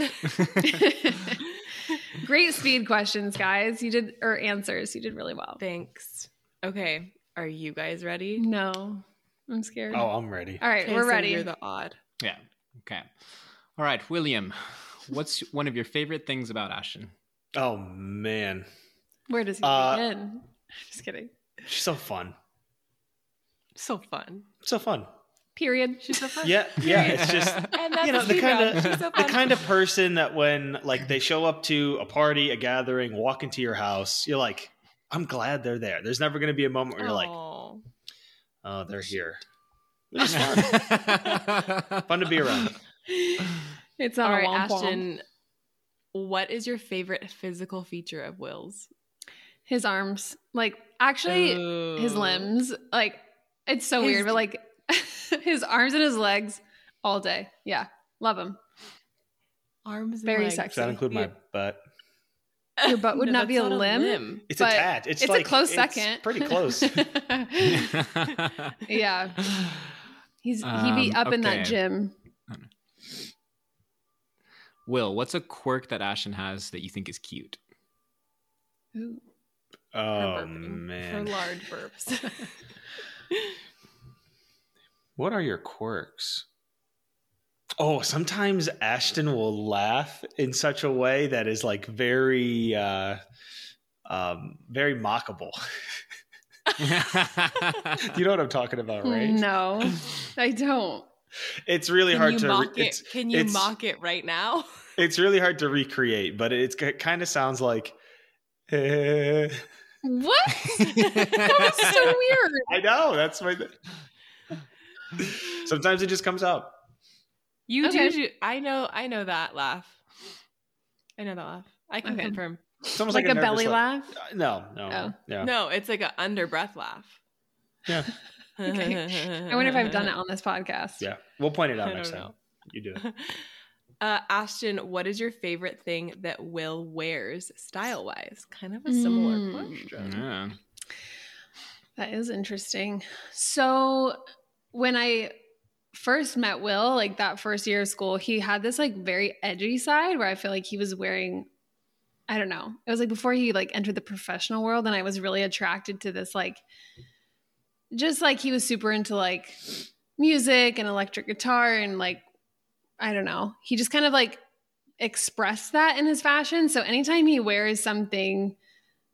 S6: Great speed questions, guys. You did or answers. You did really well.
S3: thanks okay are you guys ready
S6: No, I'm scared.
S5: Oh, I'm ready.
S6: All right,
S3: Okay,
S6: we're
S3: so
S6: ready.
S3: you're the odd
S4: yeah. Okay. All right, William. What's one of your favorite things about Ashton?
S5: Oh man,
S6: Where does he
S5: Uh,
S6: begin? Just kidding.
S5: she's so fun.
S3: so fun
S5: So fun.
S6: Period.
S3: she's so fun
S5: Yeah, yeah. It's just
S3: and that's
S5: You know,
S3: a
S5: the
S3: speed round. She's
S5: kinda-
S3: so
S5: the
S3: fun.
S5: kind of person that when like they show up to a party, a gathering, walk into your house, you're like, I'm glad they're there. There's never going to be a moment where you're like,
S3: Aw.
S5: oh, they're here. It was fun.
S4: fun
S5: fun to be around.
S6: It's
S3: all
S6: not
S3: right
S6: a womp womp.
S3: ashton what is your favorite physical feature of will's
S6: His arms, like actually, his
S3: Ooh.
S6: limbs, like it's so
S3: His-
S6: weird, but like his arms and his legs all day. Yeah, love him.
S3: arms and
S6: Very
S3: legs.
S6: sexy.
S5: Does that include my butt?
S6: Your butt would not
S3: that's
S6: be a
S3: not
S6: limb.
S5: It's
S6: But
S5: attached. It's,
S6: It's
S5: like
S6: a close
S5: it's
S6: second.
S5: Pretty close.
S6: yeah, he's he'd be
S4: Um,
S6: up in that
S4: okay.
S6: gym.
S4: Will, what's a quirk that Ashton has that you think is cute?
S6: Ooh.
S3: For
S5: Oh
S3: burping.
S5: man,
S3: For large burps.
S5: what are your quirks? Oh, sometimes Ashton will laugh in such a way that is like very, uh, um, very mockable. you know what I'm talking about, right?
S3: Mm-hmm.
S6: No, I don't.
S5: It's really hard to. re-
S3: mock it?
S5: it's,
S3: Can you
S5: it's-
S3: mock it right now?
S5: it's really hard to recreate, but it's, it kind of sounds like. eh.
S6: What? that was so weird.
S5: I know that's my. Sometimes it just comes out.
S3: You
S6: Okay.
S3: do, do- I know. I know that laugh. I know that laugh. I can
S6: Okay.
S3: confirm.
S5: It's almost
S6: Like,
S5: like,
S6: a,
S5: nervous
S6: belly
S5: laugh.
S6: laugh.
S5: Uh, No, no,
S6: Oh.
S5: yeah.
S3: No, it's like an under breath laugh.
S5: Yeah.
S6: I wonder if I've done it on this podcast.
S5: Yeah, we'll point it out
S3: I
S5: next
S3: don't
S5: time.
S3: know.
S5: You do it.
S3: Uh, Ashton, what is your favorite thing that Will wears style wise? Kind of a similar
S6: Mm.
S3: question.
S4: yeah.
S6: That is interesting. So when I first met Will, like that first year of school, he had this like very edgy side where I feel like he was wearing I don't know. It was like before he like entered the professional world and I was really attracted to this like just like he was super into like music and electric guitar and like I don't know. He just kind of like expressed that in his fashion. So anytime he wears something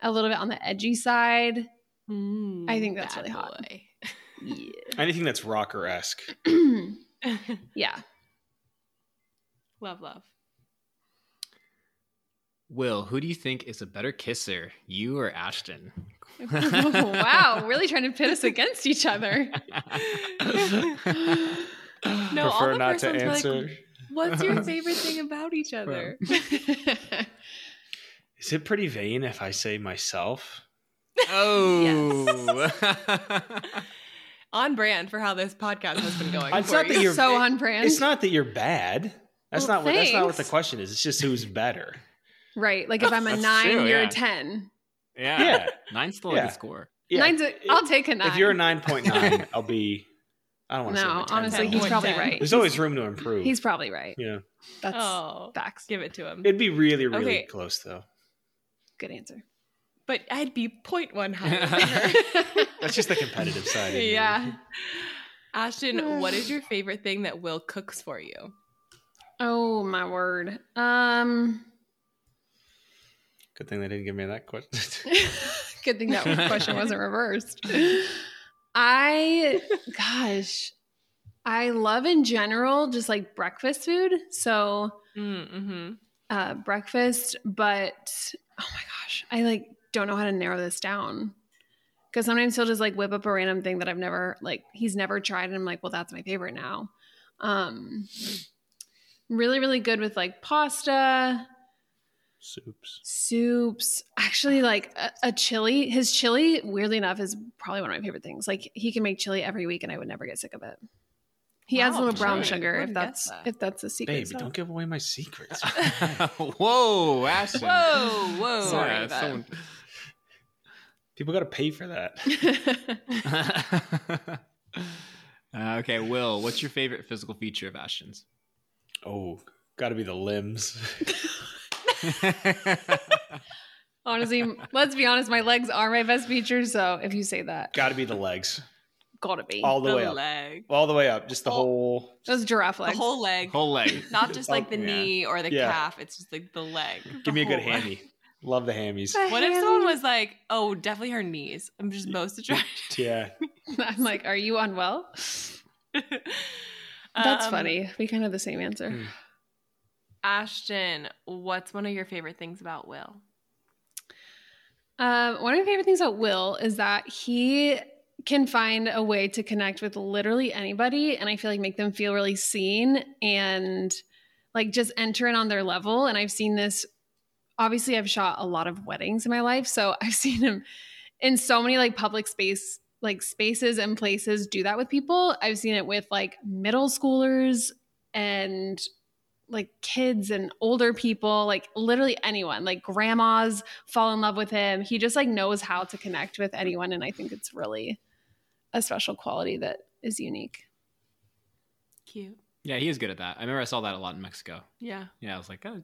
S6: a little bit on the edgy side,
S3: Mm,
S6: I think that's
S3: bad
S6: really hot.
S3: boy.
S5: Anything that's rocker esque.
S6: yeah.
S3: love, love.
S4: Will, who do you think is a better kisser, you or Ashton?
S6: wow, really trying to pit us against each other.
S3: No, all
S5: Prefer
S3: the
S5: not
S3: first
S5: to
S3: ones were like-
S5: answer.
S3: What's your favorite thing about each other?
S5: Is it pretty vain if I say myself?
S4: oh.
S3: On brand for how this podcast has been going.
S5: I'm
S3: for
S5: sorry.
S3: you.
S5: that you're-
S6: so on brand.
S5: It's not that you're bad. That's
S6: Well,
S5: not what. That's not what the
S6: thanks.
S5: question is. It's just who's better.
S6: right. Like if I'm a
S4: That's
S6: nine,
S4: true,
S6: you're
S4: yeah.
S6: a ten.
S4: yeah.
S5: Yeah,
S4: Nine's still a
S5: Yeah.
S4: good score.
S5: yeah.
S6: Nine's a, I'll take a nine.
S5: If you're a nine point nine, I'll be. I don't want to say. I'm
S6: no,
S5: a 10,
S6: honestly,
S5: but
S6: he's probably
S3: 10.
S6: right.
S5: There's always room to improve.
S6: He's probably right.
S5: yeah,
S6: That's
S3: Oh,
S6: facts.
S3: give it to him.
S5: it'd be really, really
S3: Okay.
S5: close though.
S6: Good answer.
S3: but I'd be point one higher than her.
S5: That's just the competitive side. in me.
S6: yeah.
S3: Ashton, what is your favorite thing that Will cooks for you?
S6: Oh my word. Um.
S5: Good thing they didn't give me that question.
S6: Good thing that question wasn't reversed. I, gosh, I love in general just like breakfast food. So
S3: Mm-hmm.
S6: uh, breakfast, but oh my gosh, I like don't know how to narrow this down. Because sometimes he'll just like whip up a random thing that I've never like he's never tried, and I'm like, well, that's my favorite now. Um, really, really good with like pasta,
S5: Soups.
S6: soups. Actually, like a, a chili. His chili, weirdly enough, is probably one of my favorite things. Like he can make chili every week, and I would never get sick of it. He adds a
S3: Wow,
S6: little brown
S4: right.
S6: sugar if
S3: Wouldn't guess
S6: that's
S3: that.
S6: if that's a secret.
S5: Babe,
S6: so-
S5: don't give away my secrets.
S4: whoa, Ashton.
S3: Whoa, whoa.
S4: Sorry,
S3: about that.
S4: someone-
S5: People got to pay for that.
S4: Uh, okay, Will, what's your favorite physical feature of Ashton's?
S5: Oh, got to be the limbs.
S6: Honestly, m- let's be honest. My legs are my best feature. So if you say that,
S5: got to be the legs.
S6: gotta be.
S5: All the,
S3: the
S5: way up.
S3: leg.
S5: All the way up.
S6: Oh.
S5: Just the
S3: Well-
S5: whole.
S6: Those giraffe
S3: The
S6: legs.
S3: whole leg.
S4: Whole leg.
S3: Not just like the
S4: Yeah.
S3: knee or the
S5: Oh, Yeah.
S3: calf. It's just like the leg.
S5: Give me a good
S3: The whole leg.
S5: hammy. Love the hammies.
S6: The
S3: What if
S6: hand.
S3: someone was like, oh, definitely her knees? I'm just most attracted.
S5: Yeah.
S6: I'm like, are you unwell? That's
S3: Um,
S6: funny. We kind of have the same answer.
S3: Ashton, what's one of your favorite things about Will?
S6: Um, one of my favorite things about Will is that he can find a way to connect with literally anybody, and I feel like make them feel really seen and like just enter in on their level. And I've seen this. Obviously, I've shot a lot of weddings in my life, so I've seen him in so many like public space like spaces and places do that with people. I've seen it with like middle schoolers and like kids and older people, like literally anyone, like grandmas fall in love with him. He just like knows how to connect with anyone and I think it's really a special quality that is unique.
S3: Cute.
S4: Yeah, he is good at that. I remember I saw that a lot in Mexico.
S3: Yeah.
S4: Yeah, I was like, oh,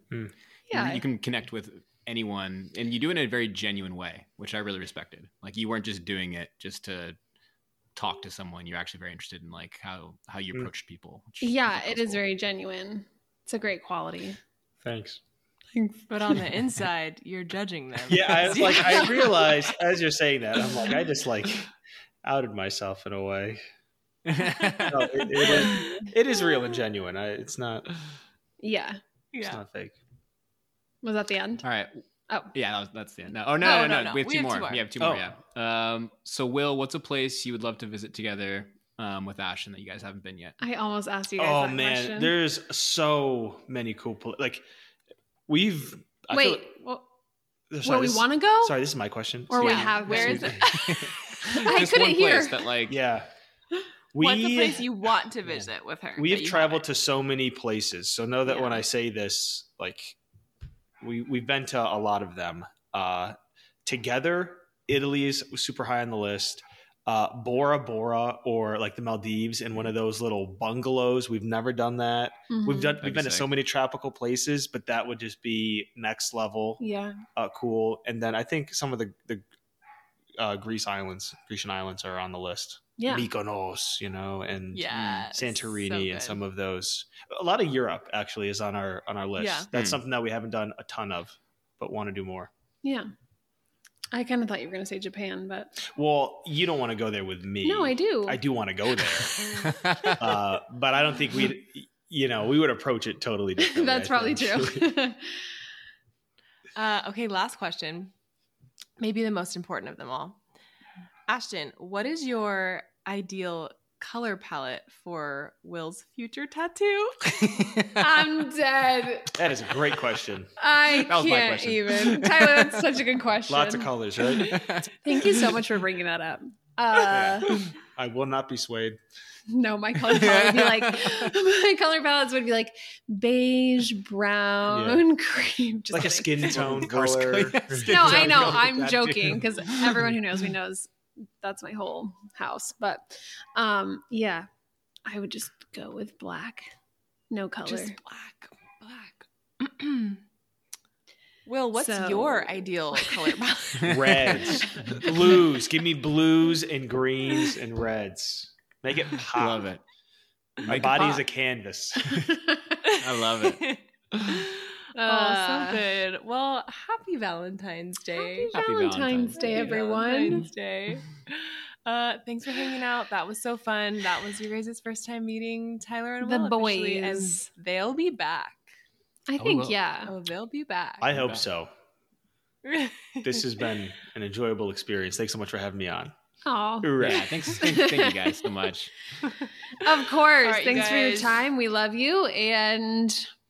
S6: Yeah.
S4: you, you can connect with anyone, and you do it in a very genuine way, which I really respected. Like you weren't just doing it just to talk to someone. You're actually very interested in like how how you
S5: Mm.
S4: approached people. which I
S6: yeah,
S4: thought
S6: it
S4: was
S6: is
S4: cool.
S6: very genuine. It's a great quality.
S5: Thanks.
S3: But on the inside, you're judging them.
S5: Yeah, I was
S3: Yeah.
S5: like, I realized as you're saying that, I'm like, I just like outed myself in a way. No, it, it, is, it is real and genuine. I, it's not.
S6: Yeah.
S5: It's
S3: Yeah.
S5: not fake.
S6: Was that the end?
S4: All right.
S6: Oh.
S4: Yeah, that was, that's the end. No. Oh, no,
S3: No,
S4: no,
S3: no,
S4: no,
S3: no.
S4: We have two more. We have two more,
S5: Oh.
S4: yeah. Um, so, Will, what's a place you would love to visit together um, with Ashton that you guys haven't been yet?
S6: I almost asked you guys
S5: Oh
S6: that
S5: man,
S6: question.
S5: there's so many cool. Pl- like we've. I feel
S6: Wait,
S5: like-
S6: wh-
S5: sorry,
S6: where we
S5: this-
S6: want to go?
S5: Sorry, this is my question.
S6: Or we
S5: Excuse me.
S6: have- where
S5: Excuse
S3: is
S5: me.
S6: I
S4: Just
S6: couldn't
S4: one
S6: hear.
S4: place that, like,
S5: Yeah.
S3: What's a
S5: We
S3: place you want to visit with her?
S5: we
S3: that
S5: have
S3: you
S5: traveled
S3: haven't?
S5: to so many places. So know that when
S3: Yeah.
S5: I say this, like we we've been to a lot of them. Uh together, Italy is super high on the list. Uh Bora Bora or like the Maldives in one of those little bungalows. We've never done that. We've
S3: Mm-hmm.
S6: Mhm.
S5: done
S4: That'd
S5: we've
S4: be
S5: been to
S4: sick.
S5: so many tropical places, but that would just be next level
S6: Yeah.
S5: uh, cool. And then I think some of the the uh, Greece islands, Grecian islands are on the list.
S6: Yeah.
S5: Mykonos, you know, and
S3: yeah,
S5: Santorini
S3: so
S5: and
S3: good.
S5: some of those. A lot of Europe actually is on our on our list.
S3: Yeah.
S5: That's
S4: Hmm.
S5: something that we haven't done a ton of, but want to do more.
S6: Yeah. I kind of thought you were going to say Japan, but
S5: Well, you don't want to go there with me.
S6: no, I do.
S5: I do want to go there, uh, but I don't think we, you know, we would approach it totally differently.
S6: That's
S5: I
S6: probably
S5: think.
S6: true.
S3: Uh, okay, last question. Maybe the most important of them all. Ashton, what is your ideal color palette for Will's future tattoo?
S6: I'm dead.
S5: that is a great question.
S6: I
S4: That was my
S6: can't
S4: question.
S6: even. Tyler, that's such a good question.
S5: Lots of colors, right?
S6: Thank you so much for bringing that up. Uh,
S5: I will not be swayed.
S6: No, my color palette would be like, my color palettes would be like beige, brown, cream. Just
S5: like a
S6: kidding.
S5: skin tone
S4: Worst
S5: color.
S4: color. Skin
S6: No,
S4: tone
S6: I know.
S4: color
S6: I'm
S4: tattoo.
S6: joking because everyone who knows me knows that's my whole house. But um, yeah, I would just go with black, no color.
S3: Just black, black. Will, what's
S6: So-
S3: your ideal color palette?
S5: Reds, blues. Give me blues and greens and reds. Make it pop.
S4: love it.
S5: My body is a canvas.
S4: I love it.
S3: oh,
S6: Uh,
S3: so good. Well, happy Valentine's Day.
S6: Happy
S4: Happy
S6: Valentine's,
S4: Valentine's
S6: Day,
S3: Happy
S6: everyone.
S3: Valentine's Day. Uh, thanks for hanging out. That was so fun. That was your guys' first time meeting Tyler and
S6: The
S3: Will officially,
S6: boys.
S3: and they'll be back.
S6: I
S4: Oh,
S6: think,
S4: well.
S6: yeah.
S3: Oh, they'll be back.
S5: I hope so. This has been an enjoyable experience. Thanks so much for having me on.
S6: Oh,
S4: Yeah, thanks. Thank, thank you guys so much.
S6: of course.
S3: All right, you
S6: Thanks for your
S3: guys.
S6: time. We love you, and